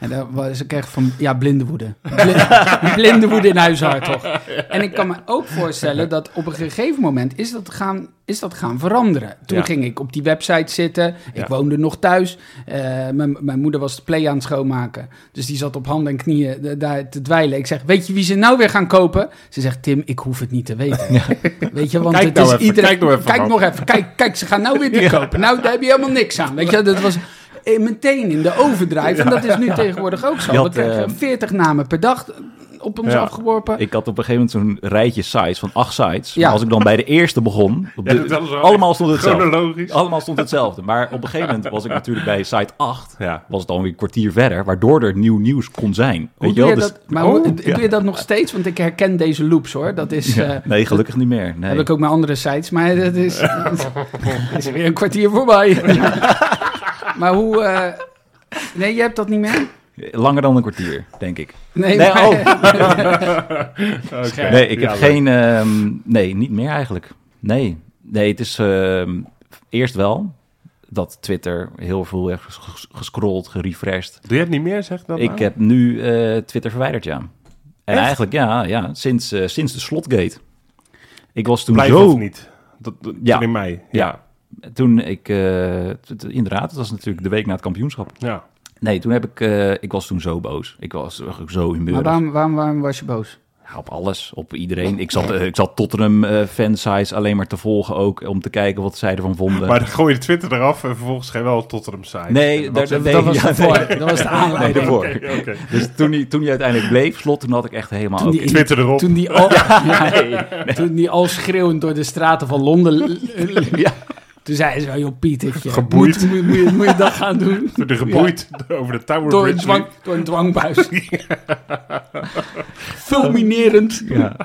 En daar was ik echt van, ja, blinde woede. Bli- blinde woede in huishoud, toch? En ik kan me ook voorstellen dat op een gegeven moment is dat gaan, is dat gaan veranderen. Toen
Ja.
ging ik op die website zitten. Ik
Ja.
woonde nog thuis. Eh, mijn, mijn moeder was de play aan het schoonmaken. Dus die zat op handen en knieën eh, daar te dwijlen. Ik zeg, weet je wie ze nou weer gaan kopen? Ze zegt, Tim, ik hoef het niet te weten. Weet je, want
Kijk
het
nou
is
even,
iedereen...
kijk nog even,
Kijk
man.
nog even. Kijk, kijk, ze gaan nou
*laughs*
weer die kopen. Nou, daar heb je helemaal niks aan. Weet je, dat was eh, meteen in de overdrijf. En dat is nu tegenwoordig ook zo.
Je had,
We krijgen
eh,
40 namen per dag op ons
Ja.
afgeworpen.
Ik had op een gegeven moment zo'n rijtje sites van acht sites.
Ja.
Maar als ik dan bij de eerste begon, op de-
dat tellen ze wel
allemaal stond hetzelfde.
Chronologisch.
Allemaal stond hetzelfde. Maar op een gegeven moment was ik natuurlijk bij site 8.
Ja.
Was het alweer een kwartier verder, waardoor er nieuw nieuws kon zijn.
Hoe
Weet je
doe
wel?
je
Dus-
dat? Maar
Oh,
hoe,
ja.
doe je dat nog steeds? Want ik herken deze loops hoor. Dat is... eh,
nee, gelukkig niet meer. Nee.
Heb ik ook mijn andere sites, maar dat is, *laughs* dat is weer een kwartier voorbij. *laughs* maar hoe... eh, nee, je hebt dat niet meer?
Langer dan een kwartier, denk ik.
Nee,
Nee,
maar-
oh.
Oké.
nee ik heb
Ja,
geen... ehm, nee, niet meer eigenlijk. Nee, nee het is ehm, eerst wel dat Twitter heel veel heeft ges- ges- gescrolld, gerefreshed.
Doe je het niet meer, zeg dat
Oh,
Ik
nou?
heb nu eh, Twitter verwijderd, ja. En eigenlijk, ja, ja sinds, eh, sinds de slotgate. Ik was toen
Blijf
zo...
of niet? Dat, dat,
Ja.
Toen in mei.
Ja, toen ik... eh, t- t- inderdaad, het was natuurlijk de week na het kampioenschap.
Ja.
Nee, toen heb ik... eh, ik was toen zo boos. Ik was echt zo in
Maar
beuren.
waarom, waarom, waarom was je boos?
Ja, op alles, op iedereen. Ik zat, eh, ik zat Tottenham eh fansites alleen maar te volgen ook... om te kijken wat zij ervan vonden.
Maar dan gooi je Twitter eraf en vervolgens ga je wel tot hem zijn.
Nee, daar-
Dat,
nee,
was
ja,
de voor.
nee.
Dat was de
Nee,
aanleiding.
daarvoor. Dus toen hij, toen hij uiteindelijk bleef, slot, toen had ik echt helemaal...
Toen die-
oké.
Twitter erop.
Toen
*laughs*
*laughs* die, al, Ja, toen die al schreeuwend door de straten van Londen l- l-
Ja.
Toen zei ze, joh Pietertje,
Geboeid.
Moet, moet, moet, je- moet je dat gaan
*laughs*
doen?
Door de geboeid over de Tower
Door een,
Bridge.
dwang, door een
*laughs*
dwangbuis. Fulminerend.
Ja.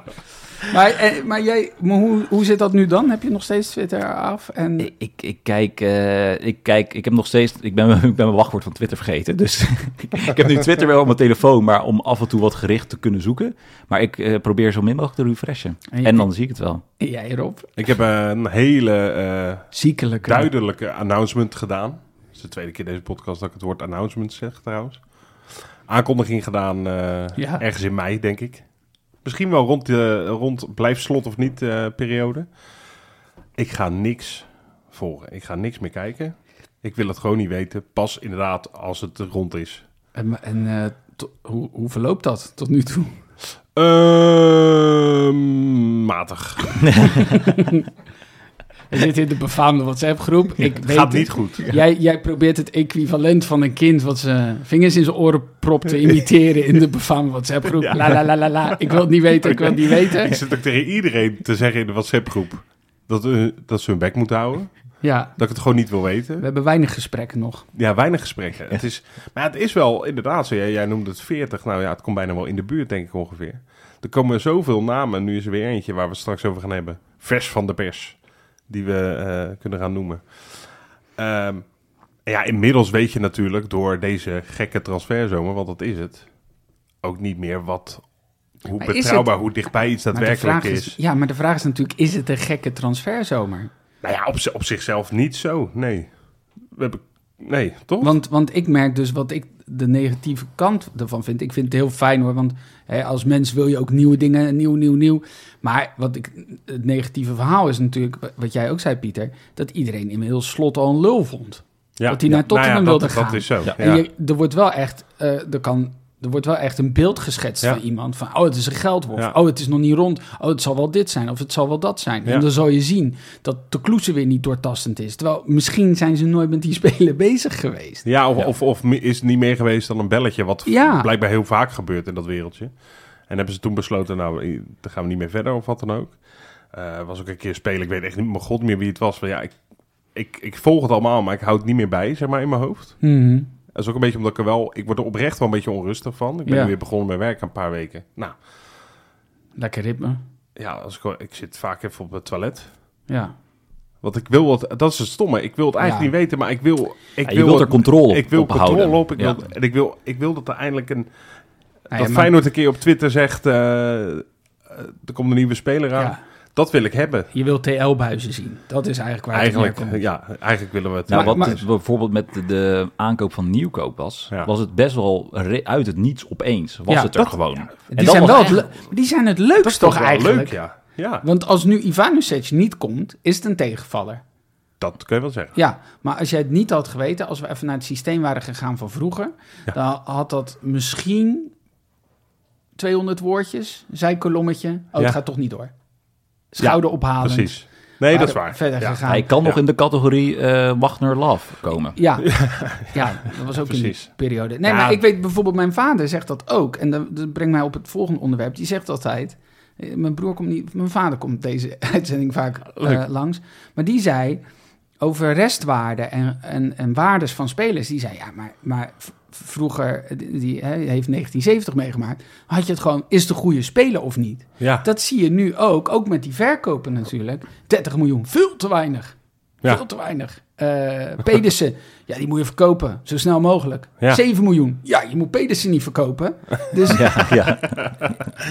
Maar, eh, maar, jij, maar hoe, hoe zit dat nu dan? Heb je nog steeds Twitter af? En,
Ik, ik, kijk, eh, ik kijk, ik heb nog steeds, ik ben, *laughs* mijn- ik ben mijn wachtwoord van Twitter vergeten. Dus *laughs* ik heb nu Twitter wel op mijn telefoon, maar om af en toe wat gericht te kunnen zoeken. Maar ik eh, probeer zo min mogelijk te refreshen.
En je-
En dan zie ik het wel.
en jij erop?
Ik heb een hele eh,
Ziekelijk.
duidelijke announcement gedaan. Het is de tweede keer deze podcast dat ik het woord announcement zeg trouwens. Aankondiging gedaan eh,
Ja.
ergens in mei, denk ik. Misschien wel rond, de, rond blijf slot of niet eh, periode. Ik ga niks volgen. Ik ga niks meer kijken. Ik wil het gewoon niet weten. Pas inderdaad als het rond is.
En, en eh, to- hoe, hoe verloopt dat tot nu
*laughs*
toe?
Ehm, matig.
We zitten in de befaamde WhatsApp-groep. Ik
Het
weet
gaat niet goed.
Jij, jij probeert het equivalent van een kind wat zijn vingers in zijn oren propt te imiteren in de befaamde WhatsApp-groep. La la la la la. Ik wil het niet weten, ik wil het niet
Ik
weten.
zit ook tegen iedereen te zeggen in de WhatsApp-groep dat, eh, dat ze hun bek moeten houden.
Ja,
Dat ik het gewoon niet wil
we
weten.
hebben weinig gesprekken nog.
Ja, weinig gesprekken. Het is, maar het is wel inderdaad zo. Jij, jij noemde het 40. Nou ja, het komt bijna wel in de buurt, denk ik ongeveer. Er komen zoveel namen. Nu is er weer eentje waar we het straks over gaan hebben. Vers van de pers. Die we eh, kunnen gaan noemen. Ehm, ja, inmiddels weet je natuurlijk door deze gekke transferzomer, want dat is het, ook niet meer wat, hoe
Maar is
betrouwbaar, hoe dichtbij iets
Maar de
daadwerkelijk
vraag
is.
Ja, maar de vraag is natuurlijk, is het een gekke transferzomer?
Nou ja, op, zi- op zichzelf niet zo. Nee. We hebben, nee, toch?
Want, want ik merk dus wat ik de negatieve kant ervan vind. Ik vind het heel fijn hoor, want hè, als mens wil je ook nieuwe dingen, nieuw, nieuw, nieuw. Maar wat ik, het negatieve verhaal is natuurlijk, wat jij ook zei Pieter, dat iedereen inmiddels slot al een lul vond.
ja.
dat hij naar
Ja, nou ja,
Tottenham
dat,
wilde gaan.
Dat is zo. Ja.
En je, er, wordt wel echt, eh, er, kan, er wordt wel echt een beeld geschetst
Ja.
van iemand. Van, oh, het is een geldwolf.
Ja.
Oh, het is nog niet rond. Oh, het zal wel dit zijn. Of het zal wel dat zijn.
Ja.
En dan zal je zien dat de kloese weer niet doortastend is. Terwijl misschien zijn ze nooit met die *laughs* spelen bezig geweest.
Ja, of, Of, of mi- is niet meer geweest dan een belletje, wat
Ja.
blijkbaar heel vaak gebeurt in dat wereldje. En hebben ze toen besloten, nou, i- daar gaan we niet meer verder of wat dan ook. Eh, was ook een keer spelen, ik weet echt niet, mijn god meer wie het was. Maar ja, ik, ik, ik volg het allemaal, maar ik hou het niet meer bij, zeg maar, in mijn hoofd.
Mhm.
Dat is ook een beetje omdat ik er wel... Ik word er oprecht wel een beetje onrustig van. Ik ben
Ja.
nu weer begonnen met werk een paar weken. Nou,
Lekker ritme.
ja, als ik, gewoon- ik zit vaak even op het toilet.
Ja.
Want ik wil wat, dat is het stomme. Ik wil het eigenlijk
Ja.
niet weten, maar ik wil. Ik
Ja, je wilt
het-
er controle op-
Ik wil
op houden.
controle op. Ik
Ja.
wil, en ik wil, ik wil dat er eindelijk een.
Nou ja,
dat
maar-
Feyenoord een keer op Twitter zegt. eh, eh, er komt een nieuwe speler aan.
Ja.
Dat wil ik hebben.
Je wilt TL-buizen zien. Dat is eigenlijk waar het
Eigenlijk, eh,
op neerkomt.
ja, eigenlijk willen we het.
Nou,
hebben.
wat
maar-
het bijvoorbeeld met de, de aankoop van Nieuwkoop was,
Ja.
was het best wel re- uit het niets opeens. Was
Ja,
het er
dat-
gewoon.
Die, zijn
was
wel het
eigenlijk-
le- die zijn het leukst
dat is
toch,
toch wel
eigenlijk?
leuk, ja. Ja,
Want als nu Ivanovic niet komt, is het een tegenvaller.
dat kun je wel zeggen.
Ja, maar als jij het niet had geweten, als we even naar het systeem waren gegaan van vroeger, dan had dat misschien 200 woordjes, zijkolommetje. Oh,
Ja.
het gaat toch niet door. Schouder ophalen.
Precies. Nee, dat is waar.
Verder
Ja.
gegaan.
Hij kan nog in de categorie eh, Wagner Love komen.
Ja, *laughs* ja, dat was ook in die
Precies.
periode. Nee,
Ja.
maar ik weet bijvoorbeeld, mijn vader zegt dat ook. En dat, dat brengt mij op het volgende onderwerp. Die zegt altijd, eh, mijn broer komt niet, mijn vader komt deze *laughs* uitzending vaak eh, langs. Maar die zei over restwaarden en, en, en waardes van spelers. Die zei, ja, maar, maar v- vroeger, eh, die, die, hè, heeft 1970 meegemaakt. Had je het gewoon, is de goede speler of niet?
Ja.
Dat zie je nu ook, ook met die verkopen natuurlijk. 30 miljoen, veel te weinig.
Ja.
Veel te weinig. Eh, Pedersen, *laughs* ja, die moet je verkopen, zo snel mogelijk.
Ja.
7 miljoen, ja, je moet Pedersen niet
*laughs*
verkopen. Dus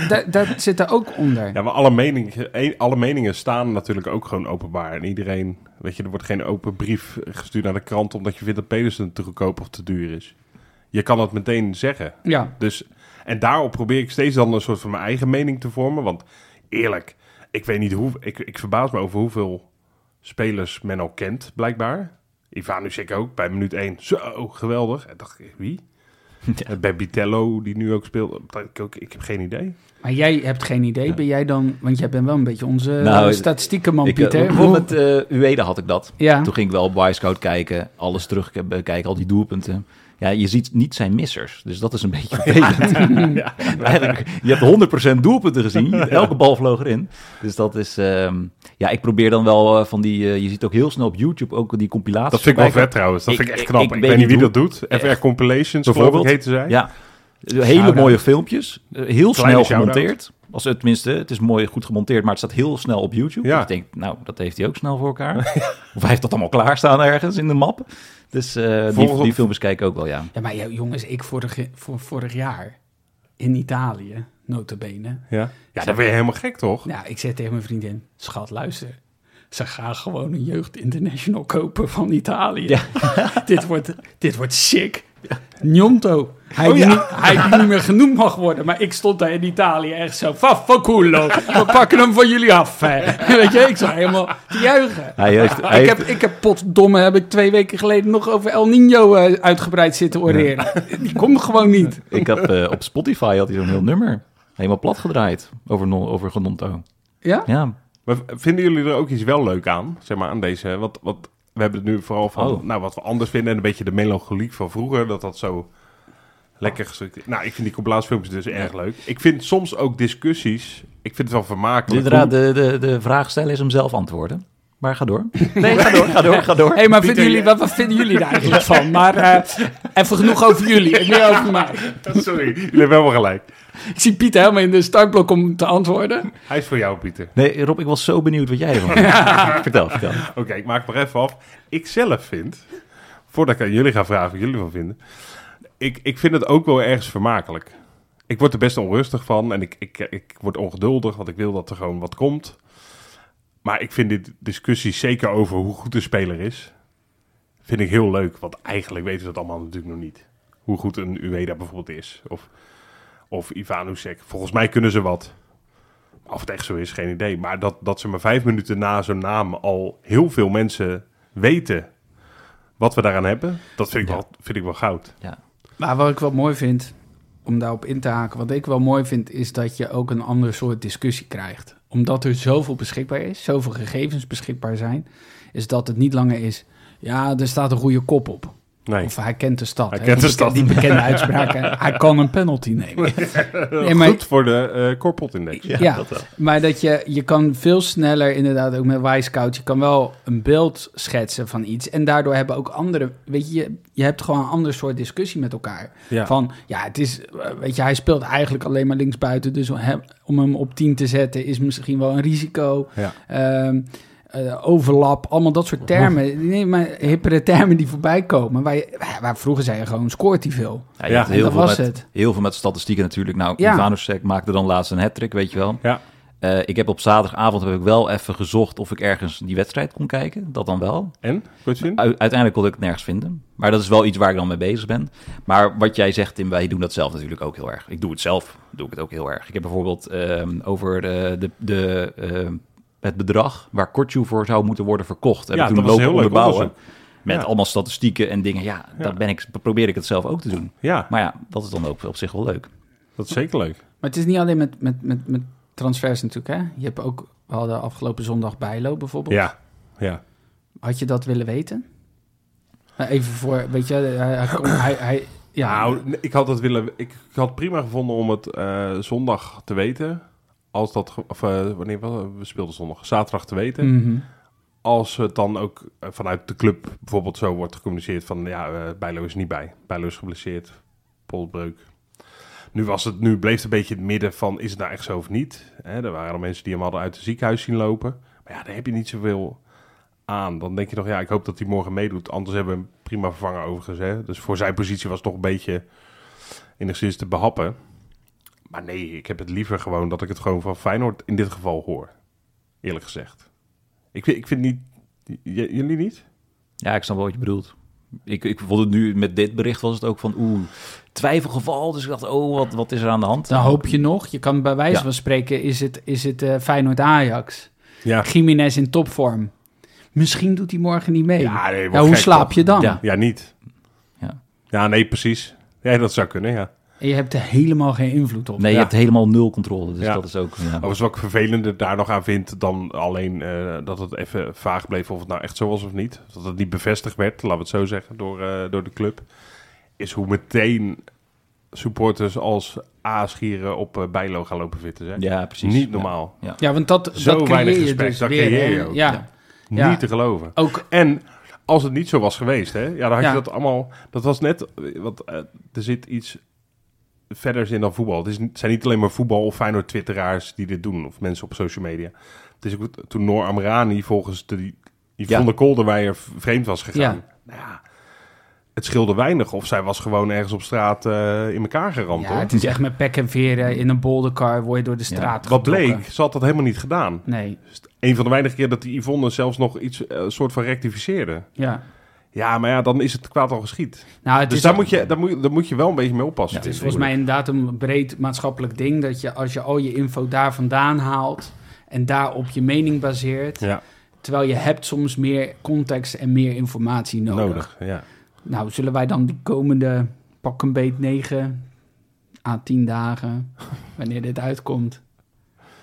da- dat zit er ook onder.
Ja, maar alle meningen, eh, alle meningen staan natuurlijk ook gewoon openbaar. En iedereen, weet je, er wordt geen open brief gestuurd naar de krant omdat je vindt dat Pedersen te goedkoop of te duur is. Je kan het meteen zeggen.
Ja.
Dus, en daarop probeer ik steeds dan een soort van mijn eigen mening te vormen. Want eerlijk, ik weet niet hoe, ik, ik verbaas me over hoeveel spelers men al kent, blijkbaar. Ivanusek ook, bij minuut 1. Zo, geweldig. En dacht ik,
*laughs*
wie? En Bij Bitello, die nu ook speelt. Ik, ook, ik heb geen idee.
Maar jij hebt geen idee, ben jij dan... Want jij bent wel een beetje onze
Nou,
eh, statistieke man,
Ik, eh,
Pieter.
bijvoorbeeld met eh Ueda had ik dat.
Ja.
Toen ging ik wel op Wisecout kijken, alles terug kijken, al die doelpunten. Ja, je ziet niet zijn missers. Dus dat is een *laughs* beetje vervelend.
*laughs*
Eigenlijk, je hebt 100% doelpunten gezien. Elke bal vloog erin. Dus dat is... ehm, ja, ik probeer dan wel eh, van die... eh, je ziet ook heel snel op YouTube ook die compilaties.
Dat vind ik wel
voorbij
vet trouwens. Dat
Ik-
vind ik echt
ik-
knap.
ik
Ik,
weet
weet niet
niet
wie dat doet. FR Compilations, geloof ik,
Bijvoorbeeld.
heten zij.
Ja. Hele mooie filmpjes. Eh, Heel snel
shout-out.
gemonteerd. Als het, tenminste, het is mooi goed gemonteerd, maar het staat heel snel op YouTube.
Ja.
Dus ik denk, nou, dat heeft hij ook snel voor elkaar. *laughs* of hij heeft dat allemaal klaarstaan ergens in de map. Dus eh, die,
Volgens-
die filmpjes kijk ik ook wel, ja.
Ja, maar ja, jongens, ik vorig, voor, vorig jaar in Italië, notabene.
Ja. ja, dan ben je helemaal gek, toch?
Nou, ik zei tegen mijn vriendin, schat, luister. Ze gaan gewoon een jeugd international kopen van Italië. *laughs* dit, wordt, dit wordt sick. Njonto.
Oh
Hij, die niet, hij die niet meer genoemd mag worden. Maar ik stond daar in Italië echt zo... Faffaculo,
*laughs*
we pakken hem van jullie af. Hè. *laughs* Weet je, ik zag helemaal te juichen.
Hij
*laughs*
heeft, hij
ik,
heeft-
heb, ik heb potdomme, heb ik twee weken geleden nog over El Nino eh, uitgebreid zitten oreren. Die komt gewoon niet.
ik heb, eh, op Spotify had hij zo'n heel nummer. Helemaal plat gedraaid over, non, over Genonto.
Ja?
Ja,
Maar v- vinden jullie er ook iets wel leuk aan? Zeg maar aan deze. Wat, wat, we hebben het nu vooral van
Oh.
nou, wat we anders vinden. En een beetje de melancholiek van vroeger. Dat dat zo lekker gestructureerd Nou, ik vind die compilatiefilmpjes dus erg leuk. Ik vind soms ook discussies. Ik vind het wel vermakelijk.
inderdaad, de, de, de vraag stellen is hem zelf antwoorden. Maar ga door. Nee, ga door, *laughs* ga door, ga door.
Hé, maar vinden jullie, wat, wat vinden jullie daar *laughs* eigenlijk van? Maar eh, even genoeg over jullie en meer over mij.
*laughs* Sorry, jullie hebben wel gelijk.
Ik zie Pieter helemaal in de startblok om te antwoorden.
Hij is voor jou, Pieter.
Nee, Rob, ik was zo benieuwd wat jij ervan
*laughs*
vindt. Vertel, vertel.
Oké, ik maak maar even af. Ik zelf vind, voordat ik aan jullie ga vragen wat jullie van vinden, ik, ik vind het ook wel ergens vermakelijk. Ik word er best onrustig van en ik, ik, ik word ongeduldig, want ik wil dat er gewoon wat komt. Maar ik vind dit discussie zeker over hoe goed een speler is, vind ik heel leuk. Want eigenlijk weten we dat allemaal natuurlijk nog niet. Hoe goed een Ueda bijvoorbeeld is. Of, of Ivan Usek. Volgens mij kunnen ze wat. Of het echt zo is, geen idee. Maar dat, dat ze maar vijf minuten na zo'n naam al heel veel mensen weten wat we daaraan hebben, dat vind ik, wel, vind ik wel goud.
Maar wat ik wel mooi vind, om daarop in te haken, wat ik wel mooi vind, is dat je ook een ander soort discussie krijgt. Omdat er zoveel beschikbaar is, zoveel gegevens beschikbaar zijn, is dat het niet langer is. Ja, er staat een goede kop op.
Nee.
Of hij kent de stad.
Hij
hè,
kent
die
de stad.
beke- Die bekende uitspraken. Hij kan een penalty
*laughs*
nemen. Nee, maar-
Goed voor de eh Corpot Index.
Ja, maar dat je, je kan veel sneller inderdaad ook met Wisecout... je kan wel een beeld schetsen van iets... en daardoor hebben ook anderen... weet je, je hebt gewoon een ander soort discussie met elkaar.
Ja.
Van, ja, het is, eh, weet je, hij speelt eigenlijk alleen maar linksbuiten... dus om hem, om hem op 10 te zetten is misschien wel een risico.
Ja.
Ehm, eh, overlap, allemaal dat soort termen. Nee, maar hippere termen die voorbij komen. Waar, je, waar vroeger zei je gewoon, scoort hij veel?
Ja,
Ja,
ja,
en
heel,
dat
veel
was
met,
het.
heel veel met statistieken natuurlijk. Nou,
Ja.
Ivanovsek maakte dan laatst een hat-trick, weet je wel.
Ja.
Eh, ik heb op zaterdagavond heb ik wel even gezocht of ik ergens die wedstrijd kon kijken. Dat dan wel.
En? Kortzin?
U- uiteindelijk kon ik het nergens vinden. Maar dat is wel iets waar ik dan mee bezig ben. Maar wat jij zegt, Tim, wij doen dat zelf natuurlijk ook heel erg. Ik doe het zelf, doe ik het ook heel erg. Ik heb bijvoorbeeld ehm, over de, de, de, ehm, het bedrag waar Kortjoe voor zou moeten worden verkocht. Heb
Ja,
ik toen
dat was
lopen
een heel leuk
onderbouwen.
onderzoek.
Met
Ja.
allemaal statistieken en dingen. Ja, daar ben ik, probeer ik het zelf ook te doen.
Ja,
Maar ja, dat is dan ook op zich wel leuk.
dat is zeker leuk.
Maar het is niet alleen met, met, met, met transfers natuurlijk, hè? Je hebt ook, we hadden afgelopen zondag Bijlo bijvoorbeeld.
Ja, ja.
Had je dat willen weten? Nou, Even voor, weet je, hij,
*clears throat*
hij, kon- hij, hij- ja,
Nou, nee, ik had, dat willen, ik, ik had prima gevonden om het eh, zondag te weten. Als dat, ge- of, eh, wanneer was het? we speelden zondag, zaterdag te weten.
mhm.
Als het dan ook eh, vanuit de club bijvoorbeeld zo wordt gecommuniceerd van ja, eh, Bijlo is niet bij. Bijlo is geblesseerd, polsbreuk. Nu, was het, nu bleef het een beetje in het midden van is het nou echt zo of niet. Hè, er waren al mensen die hem hadden uit het ziekenhuis zien lopen. Maar ja, daar heb je niet zoveel aan. Dan denk je nog, ja, ik hoop dat hij morgen meedoet. Anders hebben we hem prima vervangen overigens. Hè. Dus voor zijn positie was het nog een beetje enigszins te behappen. Maar nee, ik heb het liever gewoon dat ik het gewoon van Feyenoord in dit geval hoor. Eerlijk gezegd. Ik vind, ik vind niet. J- jullie niet?
Ja, ik snap wel wat je bedoelt. Ik, ik vond het nu met dit bericht was het ook van oeh, twijfelgeval. Dus ik dacht, oh, wat, wat is er aan de hand?
Nou,
dan hoop je nog. Je kan bij wijze
Ja.
van spreken, is het, is het eh, Feyenoord-Ajax?
Ja.
Jiménez in topvorm. Misschien doet hij morgen niet mee.
Ja, nee, je wordt
hoe
gek,
slaap
toch?
je dan?
Ja.
Ja, niet.
Ja.
Ja, nee, precies. Ja, dat zou kunnen, ja.
En je hebt er helemaal geen invloed op.
Nee, je
Ja.
hebt helemaal nul controle. Dus
Ja. Oh,
dat is ook. Ja.
Overigens, wat ik vervelender daar nog aan vind dan alleen eh, dat het even vaag bleef of het nou echt zo was of niet. Dat het niet bevestigd werd, laten we het zo zeggen, door, eh, door de club. is hoe meteen supporters als aasgieren op eh, Bijlo gaan lopen vitten. Hè?
Ja, precies.
Niet normaal.
Ja, want dat,
Zo
dat creëer
weinig
je
respect,
dus
dat
weer.
creëer je
hè?
ook.
Ja, Ja.
Niet te geloven.
ook
En als het niet zo was geweest, hè, ja, dan had
Ja.
je dat allemaal. Dat was net, want eh, er zit iets verders in dan voetbal. Het, is, niet- het zijn niet alleen maar voetbal of Feyenoord twitteraars die dit doen of mensen op social media. Het is ook het- toen Noor Amrani volgens de Yvonne Kolderweijer v- vreemd was gegaan.
Ja.
Nou ja, het scheelde weinig of zij was gewoon ergens op straat eh, in elkaar geramd.
ja,
hoor.
het is echt met pek en veren in een boldercar word je door de straat
Wat
getrokken.
bleek, ze had dat helemaal niet gedaan.
Nee,
Dus een van de weinige keer dat die Yvonne zelfs nog iets eh, soort van rectificeerde.
ja.
Ja, maar ja, dan is het kwaad al geschied.
Nou, het
Dus
is
daar moet, je, daar, moet, je- daar moet je wel een beetje mee oppassen.
Het is volgens mij inderdaad een breed maatschappelijk ding dat je als je al je info daar vandaan haalt en daarop je mening baseert,
Ja,
terwijl je hebt soms meer context en meer informatie nodig.
nodig. Ja.
Nou, zullen wij dan die komende pak een beet 9 à 10 dagen, wanneer dit uitkomt,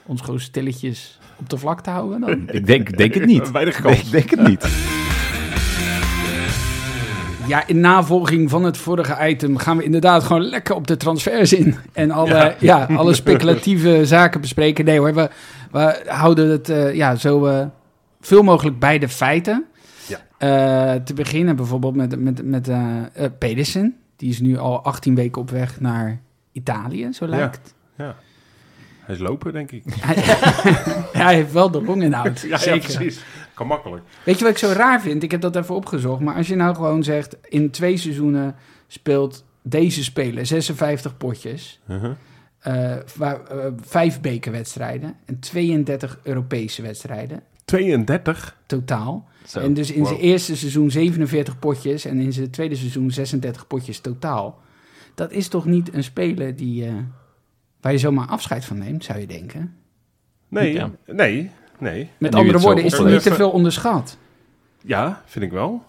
ons gewoon stilletjes op de vlakte houden dan?
Ik denk, denk het
*laughs*
niet.
Weinig kans.
Ik denk het niet.
Ja, in navolging van het vorige item gaan we inderdaad gewoon lekker op de transfers in. En alle, ja.
Ja.
alle speculatieve *laughs* zaken bespreken. Nee hoor, we, we houden het eh, ja, zo eh, veel mogelijk bij de feiten.
Ja.
Eh, te beginnen bijvoorbeeld met, met, met eh, eh, Pedersen. Die is nu al 18 weken op weg naar Italië, zo lijkt het.
Ja. Hij is lopen,
*laughs*
denk ik.
Hij, hij heeft wel de longinhoud,
*laughs* Ja, ja,
zeker.
precies. Kan makkelijk.
Weet je wat ik zo raar vind? Ik heb dat even opgezocht. Maar als je nou gewoon zegt, in twee seizoenen speelt deze speler 56 potjes.
Uh-huh.
eh, waar, eh, vijf bekerwedstrijden en 32 Europese wedstrijden
32?
totaal.
Zo.
En dus in
wow.
zijn eerste seizoen 47 potjes en in zijn tweede seizoen 36 potjes totaal. Dat is toch niet een speler die, eh, waar je zomaar afscheid van neemt, zou je denken?
Nee,
Ja.
nee, nee.
Met
nu
andere
het zo
woorden, is hij niet
opgelegd-
te veel onderschat?
Ja, vind ik wel.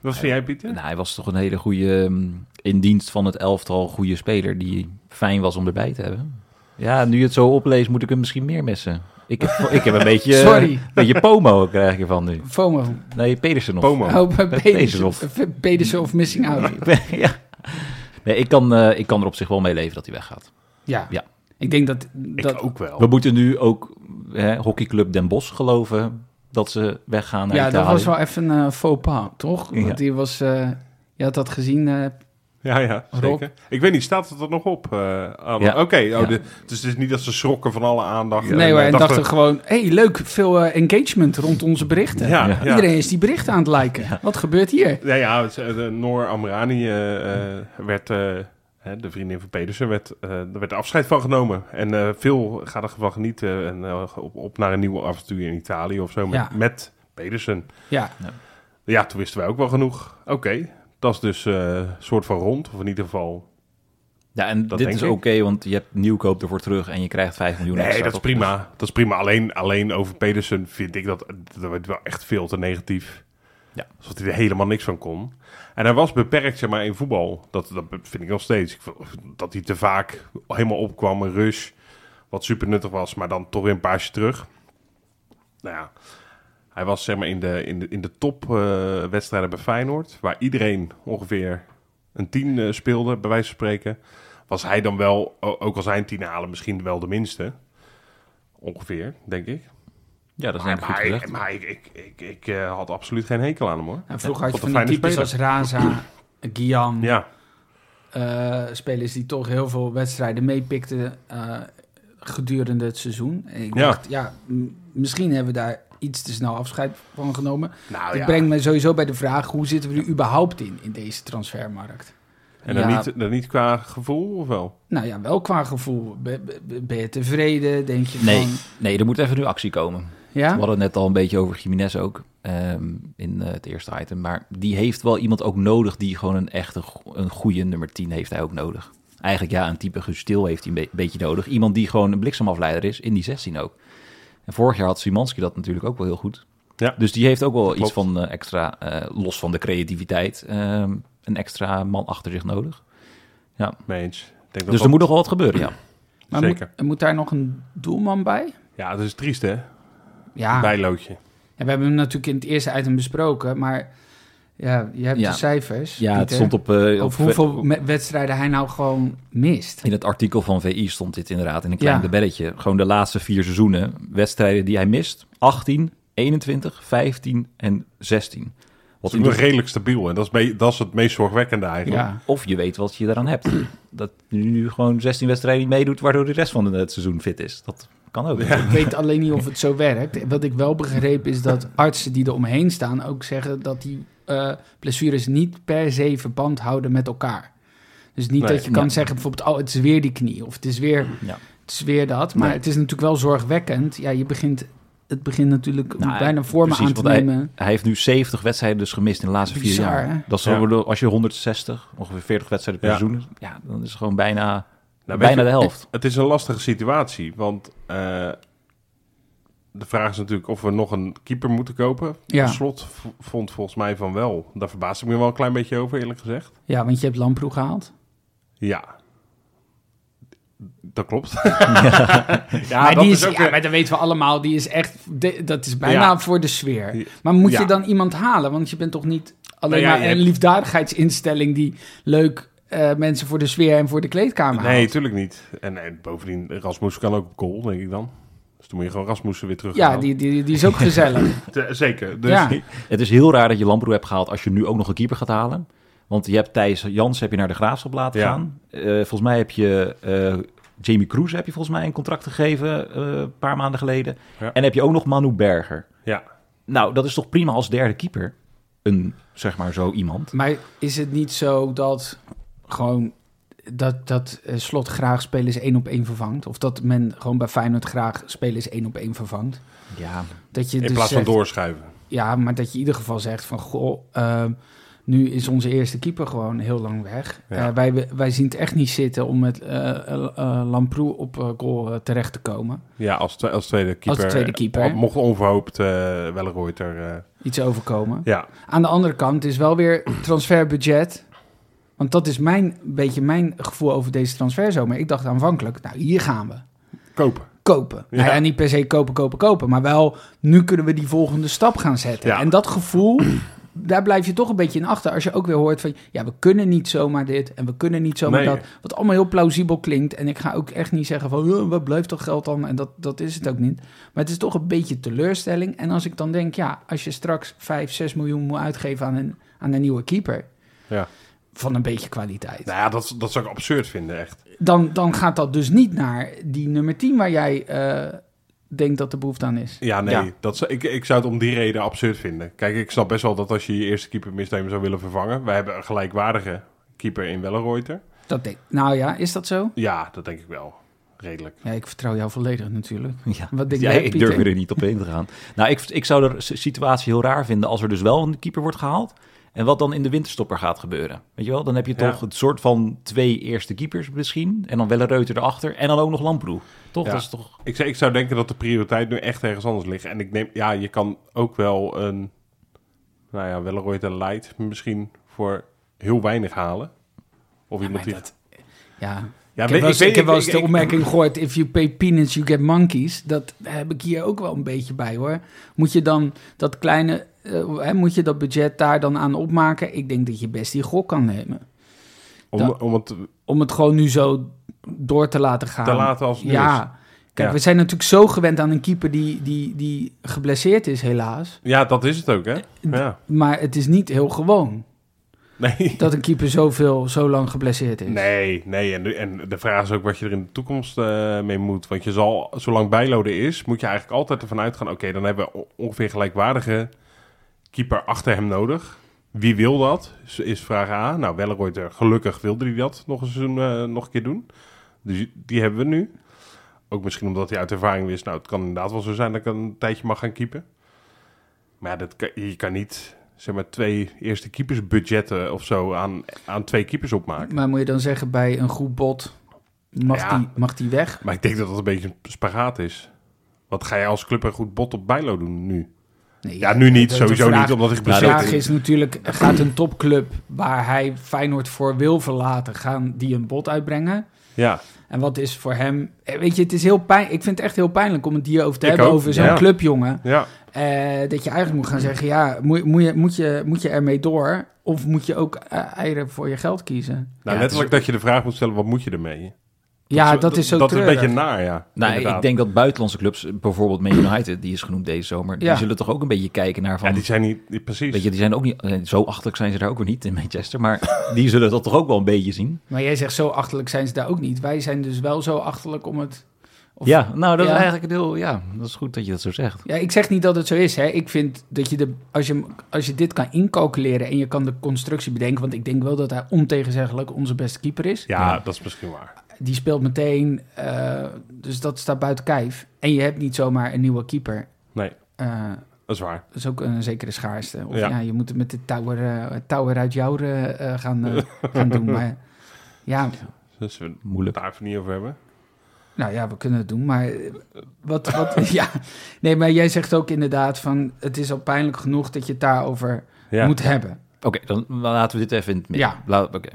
Wat vind jij, Pieter?
Nou, hij was toch een hele goede, ehm, in dienst van het elftal, goede speler die fijn was om erbij te hebben. Ja, nu je het zo opleest, moet ik hem misschien meer missen. Ik heb,
*laughs*
ik heb een beetje,
Sorry.
een beetje pomo krijg ik ervan nu.
FOMO.
Nee, Pedersen nog.
Pomo.
Oh, bij Pedersen
Met Pedersen
of- Pedersen of Missing Out.
*laughs* ja. Nee, ik kan, eh, ik kan er op zich wel mee leven dat hij weggaat.
Ja.
Ja.
Ik denk dat...
ik
dat
ook wel.
We moeten nu ook hè, hockeyclub Den Bosch geloven dat ze weggaan naar
ja, dat
Italië.
was wel even een eh, faux pas, toch? Want
Ja.
die was... eh, je had dat gezien. eh,
Ja, ja,
Rob?
zeker. Ik weet niet, staat het er nog op? eh, allemaal?
Ja.
Oké, oh,
Ja.
de- dus het is niet dat ze schrokken van alle aandacht.
nee hoor,
eh,
en dachten gewoon... hey, leuk, veel eh, engagement rond onze berichten.
Ja, ja.
Iedereen is die berichten aan het liken. Wat gebeurt hier?
Ja, ja het- eh, de Noor Amrani eh, eh, werd, eh, hè, de vriendin van Pedersen, werd, eh, er werd afscheid van genomen. En eh, veel gaat ervan genieten en eh, op, op naar een nieuw avontuur in Italië of zo met,
Ja.
met Pedersen.
Ja,
Ja, toen wisten wij ook wel genoeg. Oké, dat is dus een soort van rond, of in ieder geval...
Ja, en
Dat
dit
denk
is
ik.
oké, want je hebt nieuwkoop ervoor terug en je krijgt 5 miljoen
Nee,
extra,
dat is
toch? Dus-
prima. Dat is prima. Alleen, alleen over Pedersen vind ik dat, dat werd wel echt veel te negatief.
Ja.
Alsof hij er helemaal niks van kon. En hij was beperkt zeg maar, in voetbal. Dat, dat vind ik nog steeds. Ik vond dat hij te vaak helemaal opkwam, een rush. Wat super nuttig was, maar dan toch weer een paasje terug. Nou ja, hij was zeg maar, in de, in de, in de topwedstrijden wedstrijden bij Feyenoord... waar iedereen ongeveer een tien eh, speelde, bij wijze van spreken... was hij dan wel, o- ook al zijn tien halen, misschien wel de minste... Ongeveer, denk ik.
Ja, dat is denk
Maar,
ik goed
maar ik,
gezegd.
maar ik, ik, ik, ik, eh, had absoluut geen hekel aan hem hoor.
en Nou, vroeger had
Wat
je
een
van die
fijne
types
speler.
als Raza, Gian...
Ja,
eh, spelers die toch heel veel wedstrijden meepikten eh, gedurende het seizoen. En ik
Ja.
dacht, ja, m- misschien hebben we daar iets te snel afscheid van genomen.
nou
Het
ja.
brengt me sowieso bij de vraag: hoe zitten we er überhaupt in, in deze transfermarkt?
En dan,
Ja.
niet, dan niet qua gevoel of wel?
Nou ja, wel qua gevoel. Ben, ben- ben je tevreden? Denk je
Nee,
van...
nee, er moet even nu actie komen. We
Ja?
hadden het net al een beetje over Jiménez ook ehm, in eh, het eerste item. Maar die heeft wel iemand ook nodig die gewoon een echte go- een goede nummer 10 heeft hij ook nodig. Eigenlijk ja, een type gestil heeft hij een be- beetje nodig. Iemand die gewoon een bliksemafleider is in die 16 ook. En vorig jaar had Simanski dat natuurlijk ook wel heel goed.
Ja.
Dus die heeft ook wel iets
klopt.
van eh, extra, eh, los van de creativiteit, ehm, een extra man achter zich nodig.
Mee eens. Ik Denk dat
Dus
dat-
er moet nog wel wat gebeuren, ja.
Maar
Zeker.
Moet, moet daar nog een doelman bij?
Ja, dat is triest hè?
Ja.
Bijlootje.
En we hebben hem natuurlijk in het eerste item besproken, maar Ja, je hebt
Ja.
de cijfers.
Ja, het
Pieter.
stond op... eh,
Of
op
hoeveel me- wedstrijden hij nou gewoon mist.
In het artikel van VI stond dit inderdaad in een klein
Ja.
tabelletje. Gewoon de laatste vier seizoenen. Wedstrijden die hij mist. 18, 21, 15 en 16. Wat
Dat is
in
nog redelijk stabiel en dat is, me- dat is het meest zorgwekkende eigenlijk.
Ja.
Of je weet wat je daaraan hebt. *clears throat* Dat hij nu gewoon 16 wedstrijden niet meedoet... waardoor de rest van het seizoen fit is. Dat kan ook. Nou,
Ik weet alleen niet of het zo werkt. Wat ik wel begreep is dat artsen die er omheen staan ook zeggen dat die eh, blessures niet per se verband houden met elkaar. Dus niet
Nee.
dat je kan
Ja.
zeggen bijvoorbeeld, oh, het is weer die knie of het is weer,
Ja.
het is weer dat. Maar
Nee.
het is natuurlijk wel zorgwekkend. Ja, je begint, het begint natuurlijk
Nou,
bijna vormen
precies,
aan te
want hij-
nemen.
Hij heeft nu 70 wedstrijden dus gemist in de laatste vier
Bizar,
jaar.
hè?
Dat is
Ja.
wel- als je 160, ongeveer 40 wedstrijden per
Ja.
seizoen... Ja, dan is het gewoon bijna,
Nou, weet
bijna
je-
de helft.
Het is een lastige situatie, want eh, de vraag is natuurlijk of we nog een keeper moeten kopen.
Ja.
Slot v- vond volgens mij van wel. Daar verbaas ik me wel een klein beetje over, eerlijk gezegd.
Ja, want je hebt Lamproe gehaald.
Ja. Dat klopt. ja,
maar,
dat
die is,
ook
ja,
weer-
maar dat weten we allemaal. Die is echt, de- dat is bijna
Ja.
voor de sfeer.
Ja.
Maar moet
Ja.
je dan iemand halen? Want je bent toch niet alleen
Nou ja,
maar
je
een
hebt-
liefdadigheidsinstelling die leuk eh, mensen voor de sfeer en voor de
*laughs*
kleedkamer
Nee,
haalt.
tuurlijk niet. En, en bovendien, Rasmus kan ook op goal, denk ik dan. Dus dan moet je gewoon Rasmussen weer terug
Ja, die, die, die is ook
*laughs*
gezellig.
Zeker. Dus,
Ja.
Het is heel raar dat je Lamproe hebt gehaald als je nu ook nog een keeper gaat halen. Want je hebt Thijs Jans heb je naar de Graafschap laten
Ja.
gaan. Eh, volgens mij heb je eh, Jamie Cruz heb je volgens mij een contract gegeven eh, een paar maanden geleden.
Ja.
En heb je ook nog Manu Berger.
ja.
Nou, dat is toch prima als derde keeper. Een, zeg maar zo iemand.
maar is het niet zo dat gewoon dat, dat eh, Slot graag spelers één op één vervangt? Of dat men gewoon bij Feyenoord graag spelers één op één vervangt?
Ja,
Dat je
In
dus
plaats
zegt-
van doorschuiven.
Ja, maar dat je in ieder geval zegt van... Goh, ehm, nu is onze eerste keeper gewoon heel lang weg.
Ja.
Eh, wij, wij zien het echt niet zitten om met eh eh, eh, Lamproe op eh, goal eh, terecht te komen.
Ja, als, twe- als tweede keeper.
tweede keeper.
Eh, Mocht onverhoopt eh Welleroyd er... eh,
Iets overkomen.
ja,
Aan de andere kant is wel weer transferbudget... Want dat is mijn, een beetje mijn gevoel over deze transferzomer. Ik dacht aanvankelijk, nou hier gaan we.
kopen.
Kopen.
Ja.
Nou ja, niet per se kopen, kopen, kopen. Maar wel, nu kunnen we die volgende stap gaan zetten.
Ja.
En dat gevoel, *clears throat* daar blijf je toch een beetje in achter. Als je ook weer hoort van, ja, we kunnen niet zomaar dit en we kunnen niet zomaar
Nee.
dat. Wat allemaal heel plausibel klinkt. En ik ga ook echt niet zeggen van, "Eh, wat blijft toch geld dan? En dat, dat is het ook niet. Maar het is toch een beetje teleurstelling. En als ik dan denk, ja, als je straks 5, 6 miljoen moet uitgeven aan een, aan een nieuwe keeper.
Ja.
Van een beetje kwaliteit
Nou ja, dat, is- dat zou ik absurd vinden, echt.
dan, dan gaat dat dus niet naar die nummer 10 waar jij eh, denkt dat de behoefte aan is.
Ja, nee.
Ja.
Dat zou, ik, ik zou het om die reden absurd vinden. Kijk, ik snap best wel dat als je je eerste keeper mist, dat je hem zou willen vervangen. Wij hebben een gelijkwaardige keeper in Welleroyter.
Dat denk, nou ja, is dat zo?
Ja, dat denk ik wel. Redelijk.
Ja, ik vertrouw jou volledig natuurlijk.
Ja.
Wat denk
Ja,
jij,
ik
Pieter?
durf er niet op in te gaan. Nou, ik, ik zou de s- situatie heel raar vinden als er dus wel een keeper wordt gehaald. En wat dan in de winterstopper gaat gebeuren. Weet je wel, dan heb je
Ja.
toch het soort van twee eerste keepers misschien. En dan wel een reuter erachter. En dan ook nog Lamproe. Toch?
Ja.
Dat is toch...
Ik, zou- ik zou denken dat de prioriteit nu echt ergens anders ligt. En ik neem, ja, je kan ook wel een, nou ja, Welleroyter Light misschien voor heel weinig halen. Of iemand die...
Ja.
Ja,
Ik
weet-
heb wel eens,
weet-
ik heb wel
ik-
eens
ik-
de opmerking gehoord... if you pay peanuts, you get monkeys. Dat heb ik hier ook wel een beetje bij, hoor. Moet je dan dat kleine... eh, hè, moet je dat budget daar dan aan opmaken? Ik denk dat je best die gok kan nemen.
Om, om het te
Om het gewoon nu zo door te laten gaan.
laten als het nu
Ja,
is.
kijk,
Ja.
we zijn natuurlijk zo gewend aan een keeper die, die, die geblesseerd is, helaas.
Ja, dat is het ook, hè?
Eh,
Ja.
Maar het is niet heel gewoon
Nee.
dat een keeper zoveel, zo lang geblesseerd is.
Nee, nee. En, de- en de vraag is ook wat je er in de toekomst eh, mee moet. Want je zal, zolang bijloden is, moet je eigenlijk altijd ervan uitgaan... oké, dan hebben we o- ongeveer gelijkwaardige keeper achter hem nodig. Wie wil dat, is- is vraag A. Nou, Welleroyter, gelukkig wilde hij dat nog een seizoen eh, nog een keer doen. Dus die hebben we nu. Ook misschien omdat hij uit ervaring wist... nou, het kan inderdaad wel zo zijn dat ik een tijdje mag gaan keeper. Maar ja, dat kan, je kan niet... Zeg maar twee eerste keepersbudgetten of zo aan, aan twee keepers opmaken.
Maar moet je dan zeggen bij een goed bot, mag,
Ja.
die, mag die weg?
Maar ik denk dat dat een beetje een spagaat is. Wat ga je als club een goed bot op Bijlo doen nu?
Nee,
Ja, nou, nu niet.
de- de
sowieso
vraag-
niet, omdat
De
ik geblesseerd
vraag
ben.
is natuurlijk, gaat een topclub waar hij Feyenoord voor wil verlaten, gaan die een bod uitbrengen?
Ja,
En wat is voor hem... eh, Weet je, het is heel pijn, ik vind het echt heel pijnlijk om het hier over te
Ik
hebben,
ook,
over zo'n
ja.
clubjongen.
ja. Nou,
Eh, dat je eigenlijk moet gaan zeggen, ja, moet, moet, je, moet, je, moet je ermee door? Of moet je ook eh, eieren voor je geld kiezen?
Nou, letterlijk dat je de vraag moet stellen, wat moet je ermee?
Ja, dat, is zo
Dat
treurig.
is een beetje naar, ja.
Nou,
Inderdaad.
ik denk dat buitenlandse clubs, bijvoorbeeld Man United, die is genoemd deze zomer,
Ja.
die zullen toch ook een beetje kijken naar van...
Ja, die zijn niet... die- precies.
Weet je, die zijn ook niet, eh, zo achterlijk zijn ze daar ook weer niet in Manchester, maar die zullen dat toch ook wel een beetje zien.
Maar jij zegt, zo achterlijk zijn ze daar ook niet. Wij zijn dus wel zo achterlijk om het... Of-
ja, nou dat
Ja.
is eigenlijk een heel, ja, dat is goed dat je dat zo zegt.
Ja, ik zeg niet dat het zo is. Hè. Ik vind dat je, de, als je, als je dit kan incalculeren en je kan de constructie bedenken... want ik denk wel dat hij ontegenzeggelijk onze beste keeper is.
Ja, dat is misschien waar.
Die speelt meteen, eh, dus dat staat buiten kijf. En je hebt niet zomaar een nieuwe keeper.
Nee,
Eh,
dat is waar.
dat is ook een zekere schaarste. Of ja,
Ja.
je moet het met de touwer, eh, touwer uit Jouren eh, gaan,
*laughs*
eh, gaan doen. Maar ja,
Dus we het
Moeilijk.
daar even niet over hebben.
Nou ja, we kunnen het doen, maar eh, wat, wat *laughs* ja. Nee, maar jij zegt ook inderdaad van, het is al pijnlijk genoeg dat je het daarover
Ja.
moet hebben.
Oké, dan laten we dit even in het midden.
Ja.
Laat- Oké.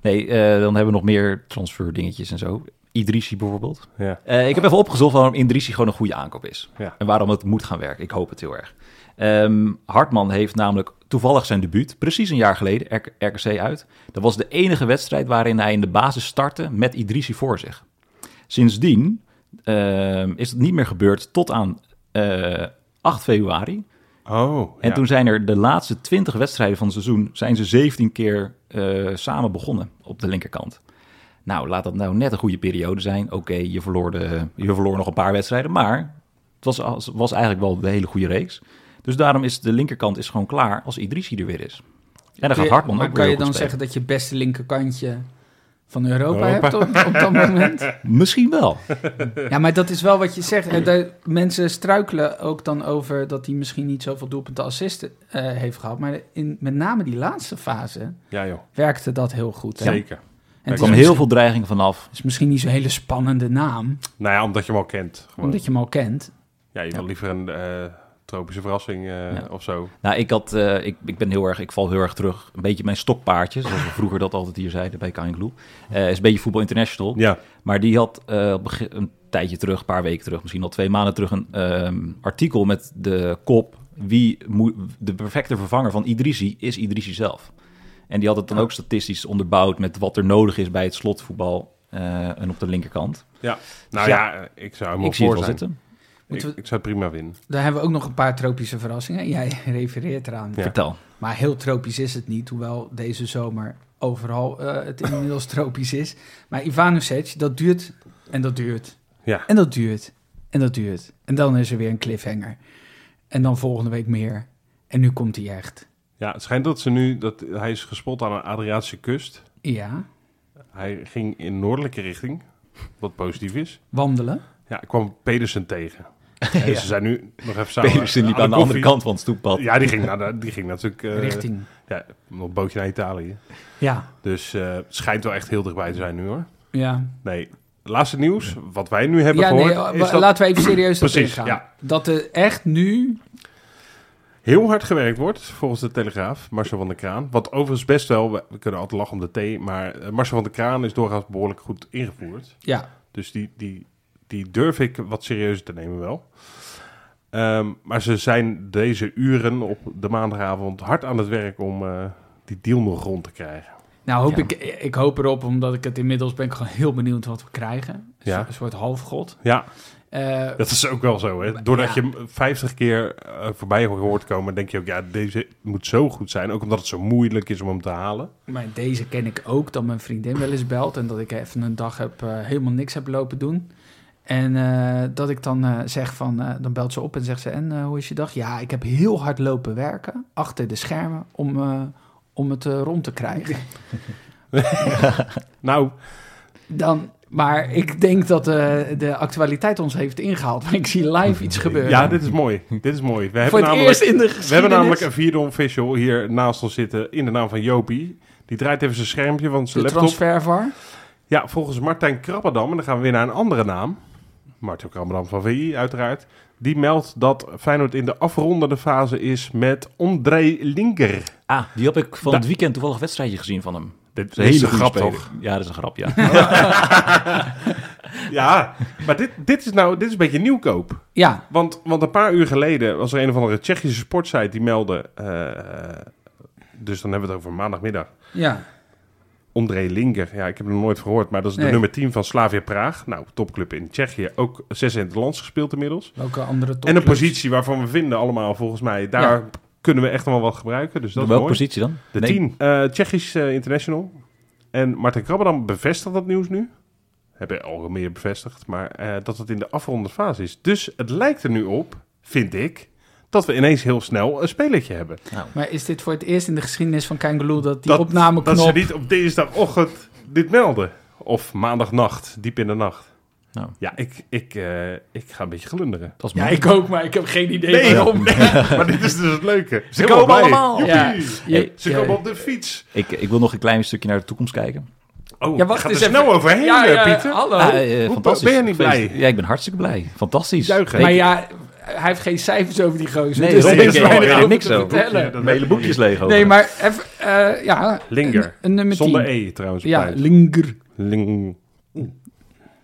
Nee, eh, dan hebben we nog meer transferdingetjes en zo. Idrisi bijvoorbeeld.
Ja.
Eh, ik heb even opgezocht waarom Indrissi gewoon een goede aankoop is.
Ja.
En waarom het moet gaan werken. Ik hoop het heel erg. Ehm, Hartman heeft namelijk toevallig zijn debuut, precies een jaar geleden, R- RKC uit. Dat was de enige wedstrijd waarin hij in de basis startte met Idrissi voor zich. Sindsdien ehm, is het niet meer gebeurd tot aan eh, 8 februari.
Oh,
En
ja.
toen zijn er de laatste 20 wedstrijden van het seizoen... zijn ze 17 keer eh, samen begonnen op de linkerkant. Nou, laat dat nou net een goede periode zijn. Oké, je, verloor de- je verloor nog een paar wedstrijden, maar... het was, als- was eigenlijk wel de hele goede reeks. Dus daarom is de linkerkant is gewoon klaar als Idrissi er weer is. En dan gaat Hartman
maar
ook weer
kan je
heel
dan
goed spelen.
zeggen dat je het beste linkerkantje van Europa,
Europa.
hebt op, op
*laughs*
dat moment?
Misschien
*laughs*
wel.
ja, maar dat is wel wat je zegt. Eh, de- mensen struikelen ook dan over dat hij misschien niet zoveel doelpunten assisten eh, heeft gehad. Maar in, met name die laatste fase
Ja, joh.
werkte dat heel goed. Hè?
Zeker.
En
Er
het
kwam
is,
heel veel dreiging vanaf.
is misschien niet zo'n hele spannende naam,
Nou ja, omdat je hem al kent. Gewoon.
omdat je hem al kent.
Ja, je wil liever een eh, tropische verrassing eh,
Ja.
of zo.
Nou, ik, had, eh, ik, ik ben heel erg, ik val heel erg terug. Een beetje mijn stokpaardje, zoals we vroeger dat altijd hier zeiden bij Kain Gloe. E. Eh, is een beetje voetbal international.
Ja,
Maar die had eh, op begin- een tijdje terug, een paar weken terug, misschien al twee maanden terug, een ehm, artikel met de kop: wie moet de perfecte vervanger van Idrisi is Idrisi zelf. En die had het dan ook statistisch onderbouwd met wat er nodig is bij het slotvoetbal eh, en op de linkerkant.
ja. Nou
Ja.
ja, ik zou hem
Ik
wel
zie het
voor
wel
zijn.
zitten.
Ik,
Moeten we-
ik zou het prima winnen.
Daar hebben we ook nog een paar tropische verrassingen. *laughs* Jij refereert eraan.
Ja.
Vertel.
Maar heel tropisch is het niet, hoewel deze zomer overal eh, het inmiddels *laughs* tropisch is. Maar Ivanovic, dat duurt en dat duurt
Ja,
en dat duurt en dat duurt. En dan is er weer een cliffhanger. En dan volgende week meer. En nu komt hij echt.
ja het schijnt dat ze nu... Dat, hij is gespot aan een Adriatische kust.
Ja,
Hij ging in noordelijke richting, wat positief is.
wandelen.
Ja, ik kwam Pedersen
*laughs*
tegen. En ze zijn nu nog even samen.
Pedersen liep
de
dus aan de andere
koffie.
kant van het stoeppad.
Ja, die ging, naar de- die ging natuurlijk... eh,
richting.
Ja, nog een bootje naar Italië.
Ja,
Dus eh, het schijnt wel echt heel dichtbij te zijn nu, hoor.
ja.
Nee, laatste nieuws, wat wij nu hebben
ja nee,
gehoord...
eh,
is dat
laten we even serieus dat
*clears throat* Precies,
ingaan.
ja.
Dat er echt nu...
heel hard gewerkt wordt, volgens de Telegraaf, Marcel van der Kraan. Wat overigens best wel, we, we kunnen altijd lachen om de thee, maar eh, Marcel van der Kraan is doorgaans behoorlijk goed ingevoerd.
Ja,
Dus die, die, die durf ik wat serieuzer te nemen wel. Ehm, maar ze zijn deze uren op de maandagavond hard aan het werk om eh, die deal nog rond te krijgen.
nou hoop
Ja.
ik, ik hoop erop, omdat ik het inmiddels ben ik gewoon heel benieuwd wat we krijgen.
Ja.
Een soort halfgod.
Ja,
Eh,
dat is ook wel zo. Hè?
Ja.
Doordat je hem 50 keer eh, voorbij hoort komen, denk je ook, ja, deze moet zo goed zijn. Ook omdat het zo moeilijk is om hem te halen.
Maar deze ken ik ook, dat mijn vriendin wel eens belt en dat ik even een dag heb, eh, helemaal niks heb lopen doen. En eh, dat ik dan eh, zeg van, eh, dan belt ze op en zegt ze, en eh, hoe is je dag? Ja, ik heb heel hard lopen werken achter de schermen om, eh, om het eh, rond te
*laughs*
krijgen.
Nou,
Dan, maar ik denk dat eh, de actualiteit ons heeft ingehaald, want ik zie live iets gebeuren.
Ja, dit is mooi. Dit is mooi. We
Voor
hebben,
het
namelijk,
eerst in de
we hebben
geschiedenis.
namelijk een vierde official hier naast ons zitten in de naam van Jopie. Die draait even zijn schermpje van zijn
de
laptop.
transfervar.
Ja, volgens Martijn Krabbedam, en dan gaan we weer naar een andere naam. Martijn Krabbedam van VI uiteraard. Die meldt dat Feyenoord in de afrondende fase is met André Linker.
Ah, die heb ik van
Da-
het weekend toevallig een wedstrijdje gezien van hem.
Dit
Dat is een
goede
hele grap,
speler.
toch? Ja, dat is een grap,
*laughs*
ja.
Ja, maar dit, dit is nou dit is een beetje nieuwkoop.
Ja,
Want, want een paar uur geleden was er een of andere Tsjechische sportsite die meldde... eh, dus dan hebben we het over maandagmiddag.
ja.
André Linger, ja, ik heb hem nooit gehoord, maar dat is de
Nee.
nummer 10 van Slavia Praag. Nou, topclub in Tsjechië, ook zes in het land gespeeld inmiddels.
Welke andere top?
En een positie waarvan we vinden allemaal, volgens mij, daar
Ja.
kunnen we echt wel wat gebruiken. Dus dat is
Welke
mooi.
positie dan?
De
Nee.
10, eh, Tsjechisch eh, international. En Martin Krabbedam bevestigt dat nieuws nu. Hebben al meer bevestigd, maar eh, dat het in de afronde fase is. Dus het lijkt er nu op, vind ik, dat we ineens heel snel een spelletje hebben.
Maar is dit voor het eerst in de geschiedenis van Kangaloo dat die
dat,
opnameknop...
dat ze niet op dinsdagochtend dit melden. Of maandagnacht, diep in de nacht.
Nou.
Ja, ik, ik, eh, ik ga een beetje glunderen.
Dat is
Ja,
mooi.
ik ook, maar ik heb geen idee
Nee,
waarom.
maar dit is dus het leuke. Ze
komen allemaal.
Ja.
Hey,
Ze komen op de fiets.
ik, ik wil nog een klein stukje naar de toekomst kijken.
Oh,
Ja,
ja,
wacht
wacht, gaat
eens
er
even.
snel overheen,
Ja,
eh,
ja,
Pieter.
hallo.
Ah, eh,
hoe-
fantastisch.
ben je niet blij?
Feest- Ja, ik ben hartstikke blij. Fantastisch.
Juichen.
Ik-
maar ja, hij heeft geen cijfers over die gozer.
Nee,
dus
Rob,
er
ik- ik-
weinig
ik-
over
niks
te
over.
vertellen.
Ja, dat
Mijn hele
weet ik
boekjes
niet.
leeg over.
Nee, maar even... eh, ja,
Linger.
Een, een nummer 10.
Zonder E trouwens. op
Ja,
tijd.
Linger.
Ling.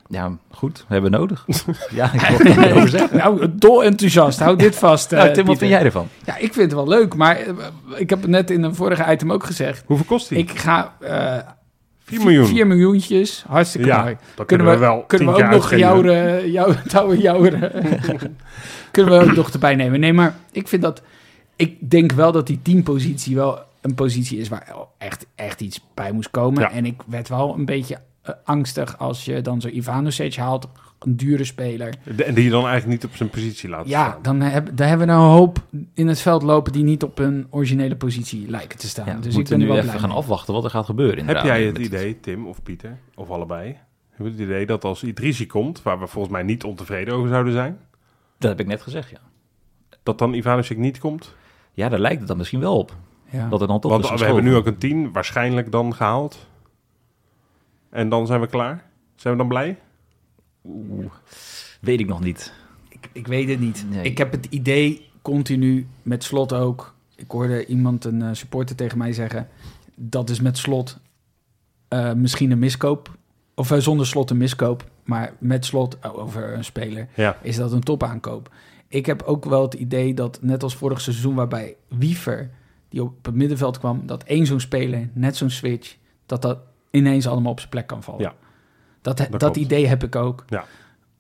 Ja, goed. We hebben
*laughs*
nodig. ja, ik wil het niet over zeggen.
*laughs* Nou, dol enthousiast. Hou dit vast, eh,
Nou, Tim,
Pieter.
wat vind jij ervan?
Ja, ik vind het wel leuk, maar eh, ik heb het net in een vorige item ook gezegd.
Hoeveel kost die?
Ik ga eh
4 miljoen.
4 miljoentjes, hartstikke
Ja,
mooi.
dat kunnen we wel
kunnen we ook
tien keer
nog jouw,
uitgeven.
eh, jouw *laughs* touwen jouweren.
*laughs*
kunnen we ook nog erbij nemen. Nee, maar ik vind dat... Ik denk wel dat die teampositie wel een positie is waar echt, echt iets bij moest komen.
Ja.
En ik werd wel een beetje eh, angstig als je dan zo Ivanovic haalt. Een dure speler.
De- En die je dan eigenlijk niet op zijn positie laat
Ja,
staan.
dan, heb, dan hebben we nou een hoop in het veld lopen die niet op hun originele positie lijken te staan.
Ja, we
dus ik
moeten
ben er
nu
wel
even
blij
gaan
mee.
afwachten wat er gaat gebeuren.
Heb
inderdaad.
jij het
Met-
idee, Tim of Pieter, of allebei... Hebben we het idee dat als Idrisi komt, waar we volgens mij niet ontevreden over zouden zijn...
Dat heb ik net gezegd, ja.
dat dan Ivanovic niet komt?
Ja, daar lijkt het dan misschien wel op.
Ja.
Dat er dan toch
Want
is
we hebben
geschoven.
nu ook een 10, waarschijnlijk dan gehaald. En dan zijn we klaar. Zijn we dan blij?
Weet ik nog niet.
Ik, ik weet het niet.
Nee.
Ik heb het idee continu, met slot ook. Ik hoorde iemand, een eh, supporter tegen mij zeggen... dat is met slot eh, misschien een miskoop. Of eh, zonder slot een miskoop. Maar met slot oh, over een speler
Ja.
is dat een topaankoop. Ik heb ook wel het idee dat, net als vorig seizoen... waarbij Wiever, die op het middenveld kwam... dat één zo'n speler, net zo'n switch... dat dat ineens allemaal op zijn plek kan vallen.
Ja.
Dat, dat,
Dat
dat
klopt.
idee heb ik ook.
Ja.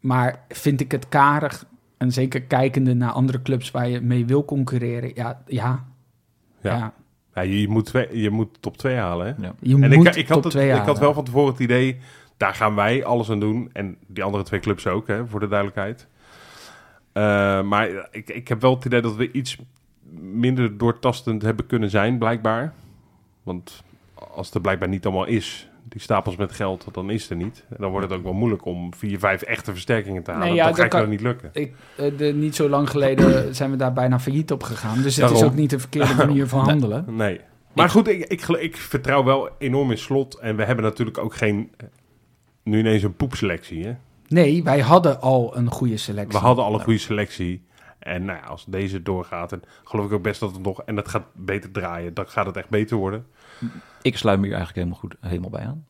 Maar vind ik het karig... En zeker kijkende naar andere clubs waar je mee wil concurreren. Ja, ja. ja.
Ja. Ja, je, je moet twee, je moet top 2 halen, hè?
Ja.
Je
En
moet
ik, ik,
top
had het,
twee
ik had
halen.
wel van tevoren het idee, daar gaan wij alles aan doen. En die andere twee clubs ook, hè, voor de duidelijkheid. Eh, maar ik, ik heb wel het idee dat we iets minder doortastend hebben kunnen zijn, blijkbaar. Want als het er blijkbaar niet allemaal is, die stapels met geld, dan is het er niet. En dan wordt het ook wel moeilijk om vier, vijf echte versterkingen te halen.
Nee, ja,
dat
dat
gaat
kan-
je niet lukken.
Ik, eh, de, niet zo lang geleden zijn we daar bijna failliet op gegaan. Dus het is
Daarom.
ook niet de verkeerde manier van handelen.
Nee. Maar goed, ik, ik, gel- ik vertrouw wel enorm in slot. En we hebben natuurlijk ook geen. Nu ineens een poepselectie. Hè?
Nee, wij hadden al een goede selectie.
We hadden al
Nou.
een goede selectie. En nou ja, als deze doorgaat, en geloof ik ook best dat het nog. En dat gaat beter draaien. Dan gaat het echt beter worden.
Ik sluit me hier eigenlijk helemaal, goed, helemaal bij aan.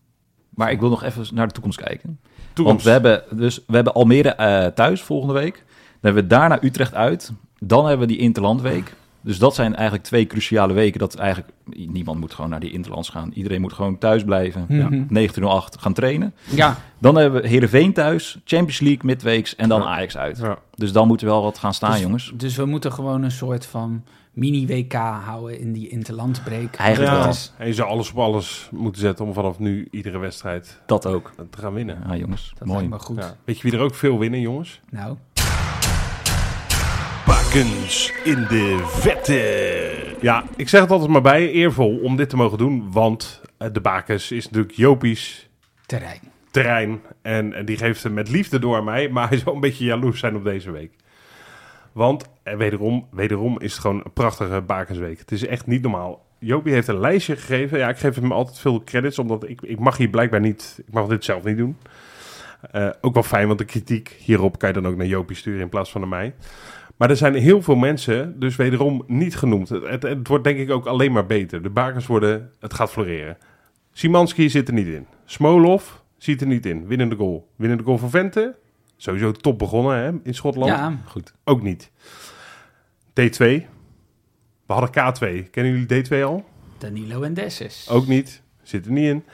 Maar ik wil nog even naar de toekomst kijken. Want
Toekomst.
we hebben, dus, we hebben Almere eh, thuis volgende week. Dan hebben we daarna Utrecht uit. Dan hebben we die Interlandweek. Dus dat zijn eigenlijk twee cruciale weken. Dat eigenlijk niemand moet gewoon naar die Interlands gaan. Iedereen moet gewoon thuis blijven.
Mhm.
Ja, 1908 gaan trainen.
Ja,
Dan hebben we Heerenveen thuis. Champions League midweeks. En dan Ajax uit.
Ja.
Dus dan moet er wel wat gaan
Ah,
staan,
dus,
jongens.
Dus we moeten gewoon een soort van mini-WK houden in die interlandbreek.
Eigenlijk
Ja.
wel.
En je zou alles op alles moeten zetten om vanaf nu iedere wedstrijd
Dat ook.
te gaan winnen.
Ja, jongens.
Dat
mooi.
lijkt me goed.
Ja. Weet je wie er ook veel winnen, jongens?
Nou,
Bakens in de vette. Ja, ik zeg het altijd maar bij. Eervol om dit te mogen doen. Want eh, de Bakens is natuurlijk Jopies.
terrein.
terrein. En eh, die geeft hem met liefde door aan mij. Maar hij zou een beetje jaloers zijn op deze week. Want eh, wederom, wederom is het gewoon een prachtige Bakensweek. Het is echt niet normaal. Jopie heeft een lijstje gegeven. Ja, ik geef hem altijd veel credits, omdat ik, ik mag hier blijkbaar niet... Ik mag dit zelf niet doen. Eh, ook wel fijn, want de kritiek hierop kan je dan ook naar Jopie sturen in plaats van naar mij. Maar er zijn heel veel mensen, dus wederom niet genoemd. Het, het, het wordt denk ik ook alleen maar beter. De bakens worden... Het gaat floreren. Simanski zit er niet in. Smolov zit er niet in. Winnende goal. Winnende goal van Vente. Sowieso top begonnen hè, in Schotland.
Ja,
Goed.
Ook niet. D2. We hadden K2. Kennen jullie D2 al?
Danilo en Dessus.
Ook niet. Zit er niet in.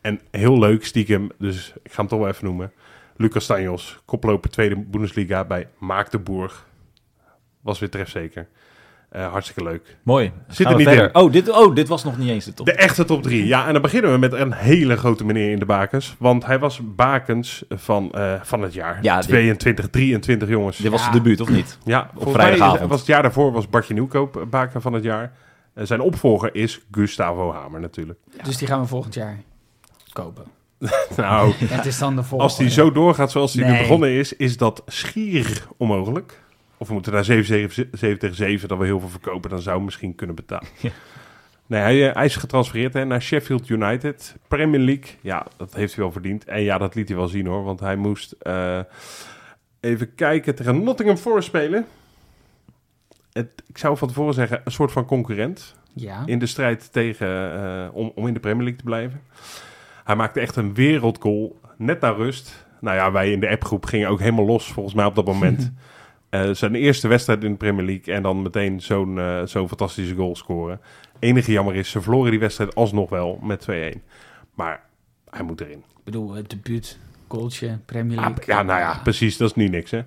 En heel leuk stiekem, dus ik ga hem toch wel even noemen. Lucas Tanjos, koploper tweede Bundesliga bij Maagdenburg. Was weer trefzeker. Eh hartstikke leuk.
Mooi.
Zit
Gaan
er
we
niet
verder. Oh dit, oh, dit was nog niet eens de top.
De echte top 3. Ja, en dan beginnen we met een hele grote meneer in de bakens. Want hij was bakens van, eh, van het jaar.
Ja, dit-
22, 23 jongens.
Dit was
Ja.
de debuut, of niet?
Ja, op
vrijdagavond.
Was het jaar daarvoor was Bartje Nieuwkoop eh, baken van het jaar. Eh, zijn opvolger is Gustavo Hamer natuurlijk.
Dus die gaan we volgend jaar kopen.
Nou,
Het is dan de volgende.
Als die zo doorgaat zoals die nu
Nee.
begonnen is, is dat schier onmogelijk. Of we moeten naar 7, 7, 7 tegen 7, dat we heel veel verkopen, dan zou we misschien kunnen betalen. Nee, hij, eh, hij is getransfereerd hè, naar Sheffield United, Premier League. Ja, dat heeft hij wel verdiend. En ja, dat liet hij wel zien hoor, want hij moest eh, even kijken tegen Nottingham Forest spelen. Het, ik zou van tevoren zeggen, een soort van concurrent
Ja.
in de strijd tegen, eh, om, om in de Premier League te blijven. Hij maakte echt een wereldgoal, net na rust. Nou ja, wij in de appgroep gingen ook helemaal los, volgens mij op dat moment. Eh, zijn eerste wedstrijd in de Premier League en dan meteen zo'n eh, zo'n fantastische goal scoren. Enige jammer is, ze verloren die wedstrijd alsnog wel met 2-1. Maar hij moet erin.
Ik bedoel, het debuut, goaltje, Premier
Ja,
League.
ja, nou ja, precies. Dat is niet niks, hè.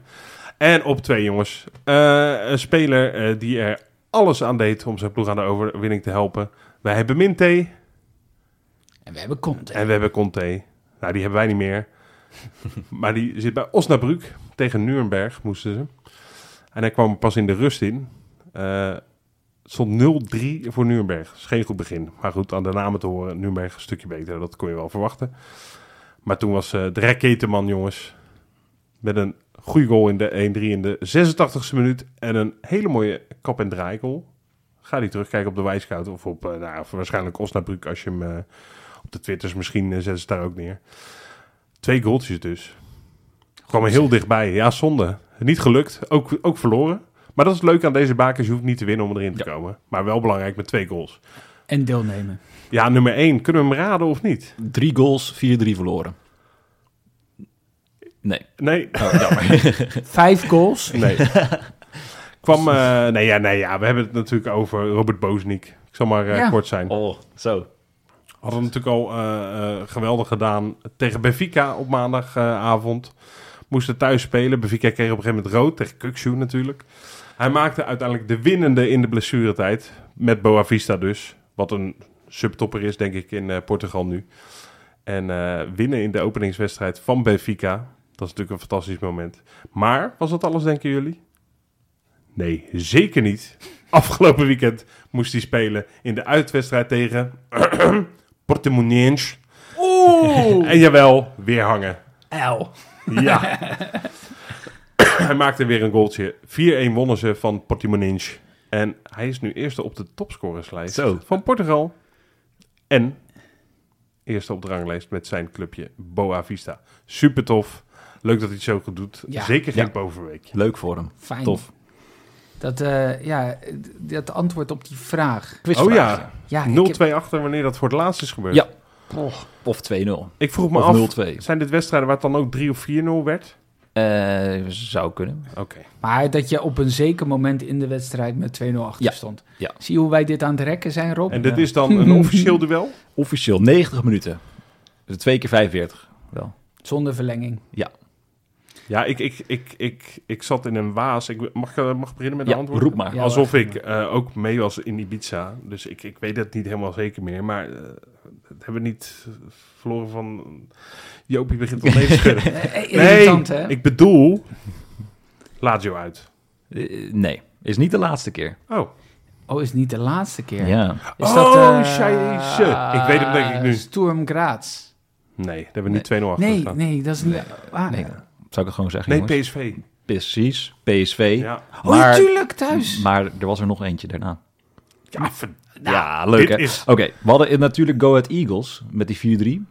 En op twee, jongens. Eh, een speler eh, die er alles aan deed om zijn ploeg aan de overwinning te helpen. Wij hebben Minte
En we hebben Conte.
en we hebben Conte. Nou, die hebben wij niet meer. maar die zit bij Osnabrück. Tegen Nuremberg moesten ze. En hij kwam pas in de rust in. Eh, Het stond 0-3 voor Nuremberg. Dat is geen goed begin. Maar goed, aan de namen te horen. Nuremberg een stukje beter. Dat kon je wel verwachten. Maar toen was eh, de raketenman, jongens. Met een goede goal in de 1-3 in de 86e minuut. En een hele mooie kap- en draaigoal. Ga die terugkijken op de Wijscout. Of op, eh, nou, of waarschijnlijk Osnabrück als je hem... eh, op de Twitters misschien eh, zetten ze het daar ook neer. Twee goaltjes dus. Kwam er heel dichtbij. Ja, zonde. Niet gelukt. Ook, ook verloren. Maar dat is leuk aan deze bakers. Je hoeft niet te winnen om erin te komen. Maar wel belangrijk met twee goals.
En deelnemen.
Ja, nummer één. Kunnen we hem raden of niet?
Drie goals, 4-3 verloren. Nee.
Nee.
Oh,
*laughs*
Vijf goals.
Nee. Kwam... eh, nee, ja, nee, ja. We hebben het natuurlijk over Robert Boznik. Ik zal maar eh,
Ja.
kort zijn.
Oh, zo.
Hadden het natuurlijk al eh, eh, geweldig gedaan tegen Benfica op maandagavond. Moesten thuis spelen. Benfica kreeg op een gegeven moment rood tegen Kukshoe natuurlijk. Hij maakte uiteindelijk de winnende in de blessuretijd. Met Boavista dus. Wat een subtopper is, denk ik, in eh, Portugal nu. En eh, winnen in de openingswedstrijd van Benfica. Dat is natuurlijk een fantastisch moment. Maar was dat alles, denken jullie? Nee, zeker niet. Afgelopen weekend moest hij spelen in de uitwedstrijd tegen Portemonnaie.
Oeh!
*laughs* En jawel, weer hangen.
El.
Ja.
*laughs*
hij maakte weer een goaltje. 4-1 wonnen ze van Portemonnaie. En hij is nu eerste op de topscorerslijst
Zo.
van Portugal. En eerste op de ranglijst met zijn clubje Boa Vista. Super tof. Leuk dat hij het zo goed doet.
Ja.
Zeker geen
Ja.
bovenweekje.
Leuk voor hem.
Fijn.
Tof.
Dat, eh, ja, dat antwoord op die vraag.
Oh ja,
Ja,
0-2
ik heb-
achter wanneer dat voor het laatst is gebeurd.
Ja. Of 2-0.
Ik vroeg me
Of
af,
0-2.
zijn dit wedstrijden waar het dan ook 3 of 4-0 werd?
Eh, zou kunnen.
Oké.
Maar dat je op een zeker moment in de wedstrijd met 2-0 achter
Ja.
stond.
Ja.
Zie je hoe wij dit aan het rekken zijn, Rob? Eh,
En dit is dan
*laughs*
een officieel duel?
Officieel 90 minuten. Dus twee keer 45. Wel.
Zonder verlenging.
Ja, ik, ik, ik, ik, ik zat in een waas. Ik, mag, ik, eh, mag ik beginnen met
Ja,
een antwoord?
roep maar.
Ja,
Alsof ik eh, ook mee was in Ibiza. Dus ik, ik weet het niet helemaal zeker meer. Maar eh, het hebben we niet verloren van... Jopie begint al mee te schudden.
Eh, eh,
Nee,
irritant, hè?
ik bedoel... Laat jou uit.
Eh, nee, is niet de laatste keer.
Oh,
Oh, is het niet de laatste keer.
Ja.
Is
Oh,
eh,
scheisse. Ik weet hem denk ik nu.
Sturm Graz.
nee. Daar hebben we niet 2-0 achter
Nee,
gestaan.
nee, dat is niet... waar. Oh,
Nee, zou ik het gewoon zeggen,
Nee,
jongens?
PSV.
Precies, PSV.
Ja.
Oh, natuurlijk, thuis.
Maar er was er nog eentje daarna.
Ja, verd-
ja, leuk
Nou, dit
hè?
is-
Oké, we hadden natuurlijk Go Ahead Eagles met die 4-3.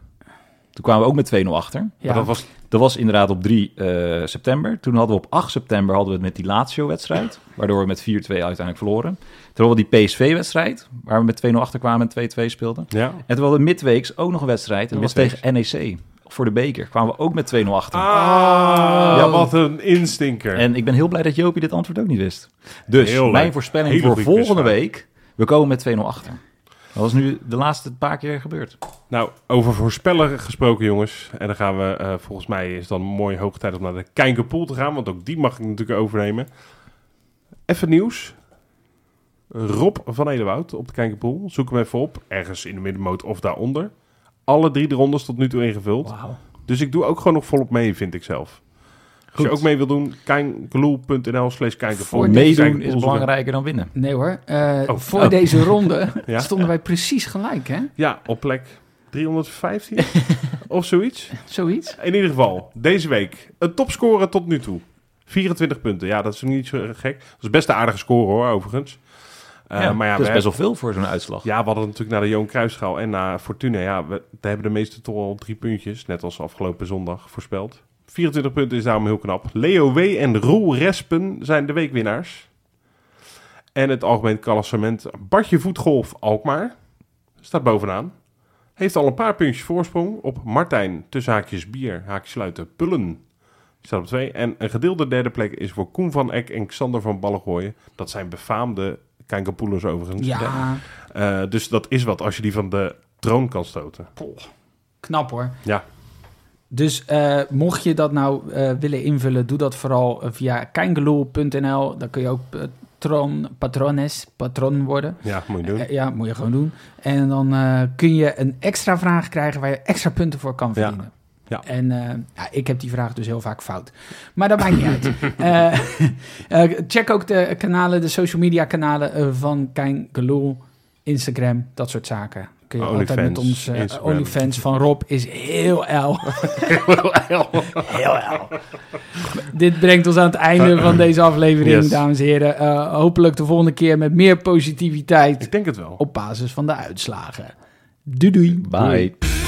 Toen kwamen we ook met 2-0 achter.
Ja.
Maar dat was
Dat was inderdaad op 3 eh, september. Toen hadden we op 8 september hadden we het met die Lazio-wedstrijd. Waardoor we met 4-2 uiteindelijk verloren. Toen hadden we die PSV-wedstrijd. Waar we met 2-0 achter kwamen en 2-2 speelden.
Ja.
En toen hadden we midweeks ook nog een wedstrijd. En dat was tegen NEC. Voor de beker kwamen we ook met 2-0 achter.
Ah, ja, wat een instinker.
En ik ben heel blij dat Jopie dit antwoord ook niet wist. Dus
Heel leuk.
mijn voorspelling
Hele
voor
goede
volgende
quizvraag.
week... We komen met 2-0 achter. Dat is nu de laatste paar keer gebeurd.
Nou, over voorspellen gesproken, jongens. En dan gaan we, eh, volgens mij is dan mooi hoog tijd om naar de Kijkerpool te gaan. Want ook die mag ik natuurlijk overnemen. Even nieuws. Rob van Edewoud op de Kijkerpool. Zoek hem even op. Ergens in de middenmoot of daaronder. Alle drie de rondes tot nu toe ingevuld. Dus ik doe ook gewoon nog volop mee, vind ik zelf. Als je ook mee wil doen, kijkerpool.nl slash kijkerpool.
Voor
Meedoen
Kijkerpool
is
zoeken.
belangrijker dan winnen.
Nee hoor, eh,
Oh.
voor
Oh.
deze ronde
*laughs* Ja.
stonden wij precies gelijk, hè?
Ja, op plek 315 of zoiets.
Zoiets.
In ieder geval, deze week een topscorer tot nu toe. 24 punten. Ja, dat is niet zo gek. Dat is best een aardige score hoor, overigens. Eh,
ja,
maar ja,
dat
we
is best wel veel voor zo'n uitslag.
ja, we hadden natuurlijk naar de Johan Cruijffschaal en naar Fortuna. Ja, we, daar hebben de meeste toch al drie puntjes, net als afgelopen zondag voorspeld. 24 punten is daarom heel knap. Leo W. en Roel Respen zijn de weekwinnaars. En het algemeen klassement Bartje Voetgolf Alkmaar staat bovenaan. Heeft al een paar puntjes voorsprong op Martijn, tussen haakjes bier, haakjes sluiten, Pullen. Die staat op twee. En een gedeelde derde plek is voor Koen van Eck en Xander van Ballengooien. Dat zijn befaamde Kankerpoelers overigens.
Ja,
Eh, dus dat is wat als je die van de troon kan stoten.
knap hoor.
Ja.
Dus eh, mocht je dat nou eh, willen invullen, doe dat vooral eh, via keingeloel.nl. Dan kun je ook patron, patrones, patron worden.
Ja, moet
*laughs*
je doen.
Eh, ja, moet je gewoon doen. En dan eh, kun je een extra vraag krijgen waar je extra punten voor kan verdienen.
Ja.
En eh, ja, ik heb die vraag dus heel vaak fout. Maar dat maakt niet uit.
*laughs*
Eh, eh, check ook de kanalen, de social media kanalen eh, van Kein Geloel. Instagram, dat soort zaken. Kun je altijd met
OnlyFans,
ons eh,
Instagram.
OnlyFans van Rob is heel el. heel el. Dit brengt ons aan het einde van deze aflevering,
Yes.
dames en heren. Eh, hopelijk de volgende keer met meer positiviteit
Ik denk het wel.
op basis van de uitslagen. Doei doei.
Bye.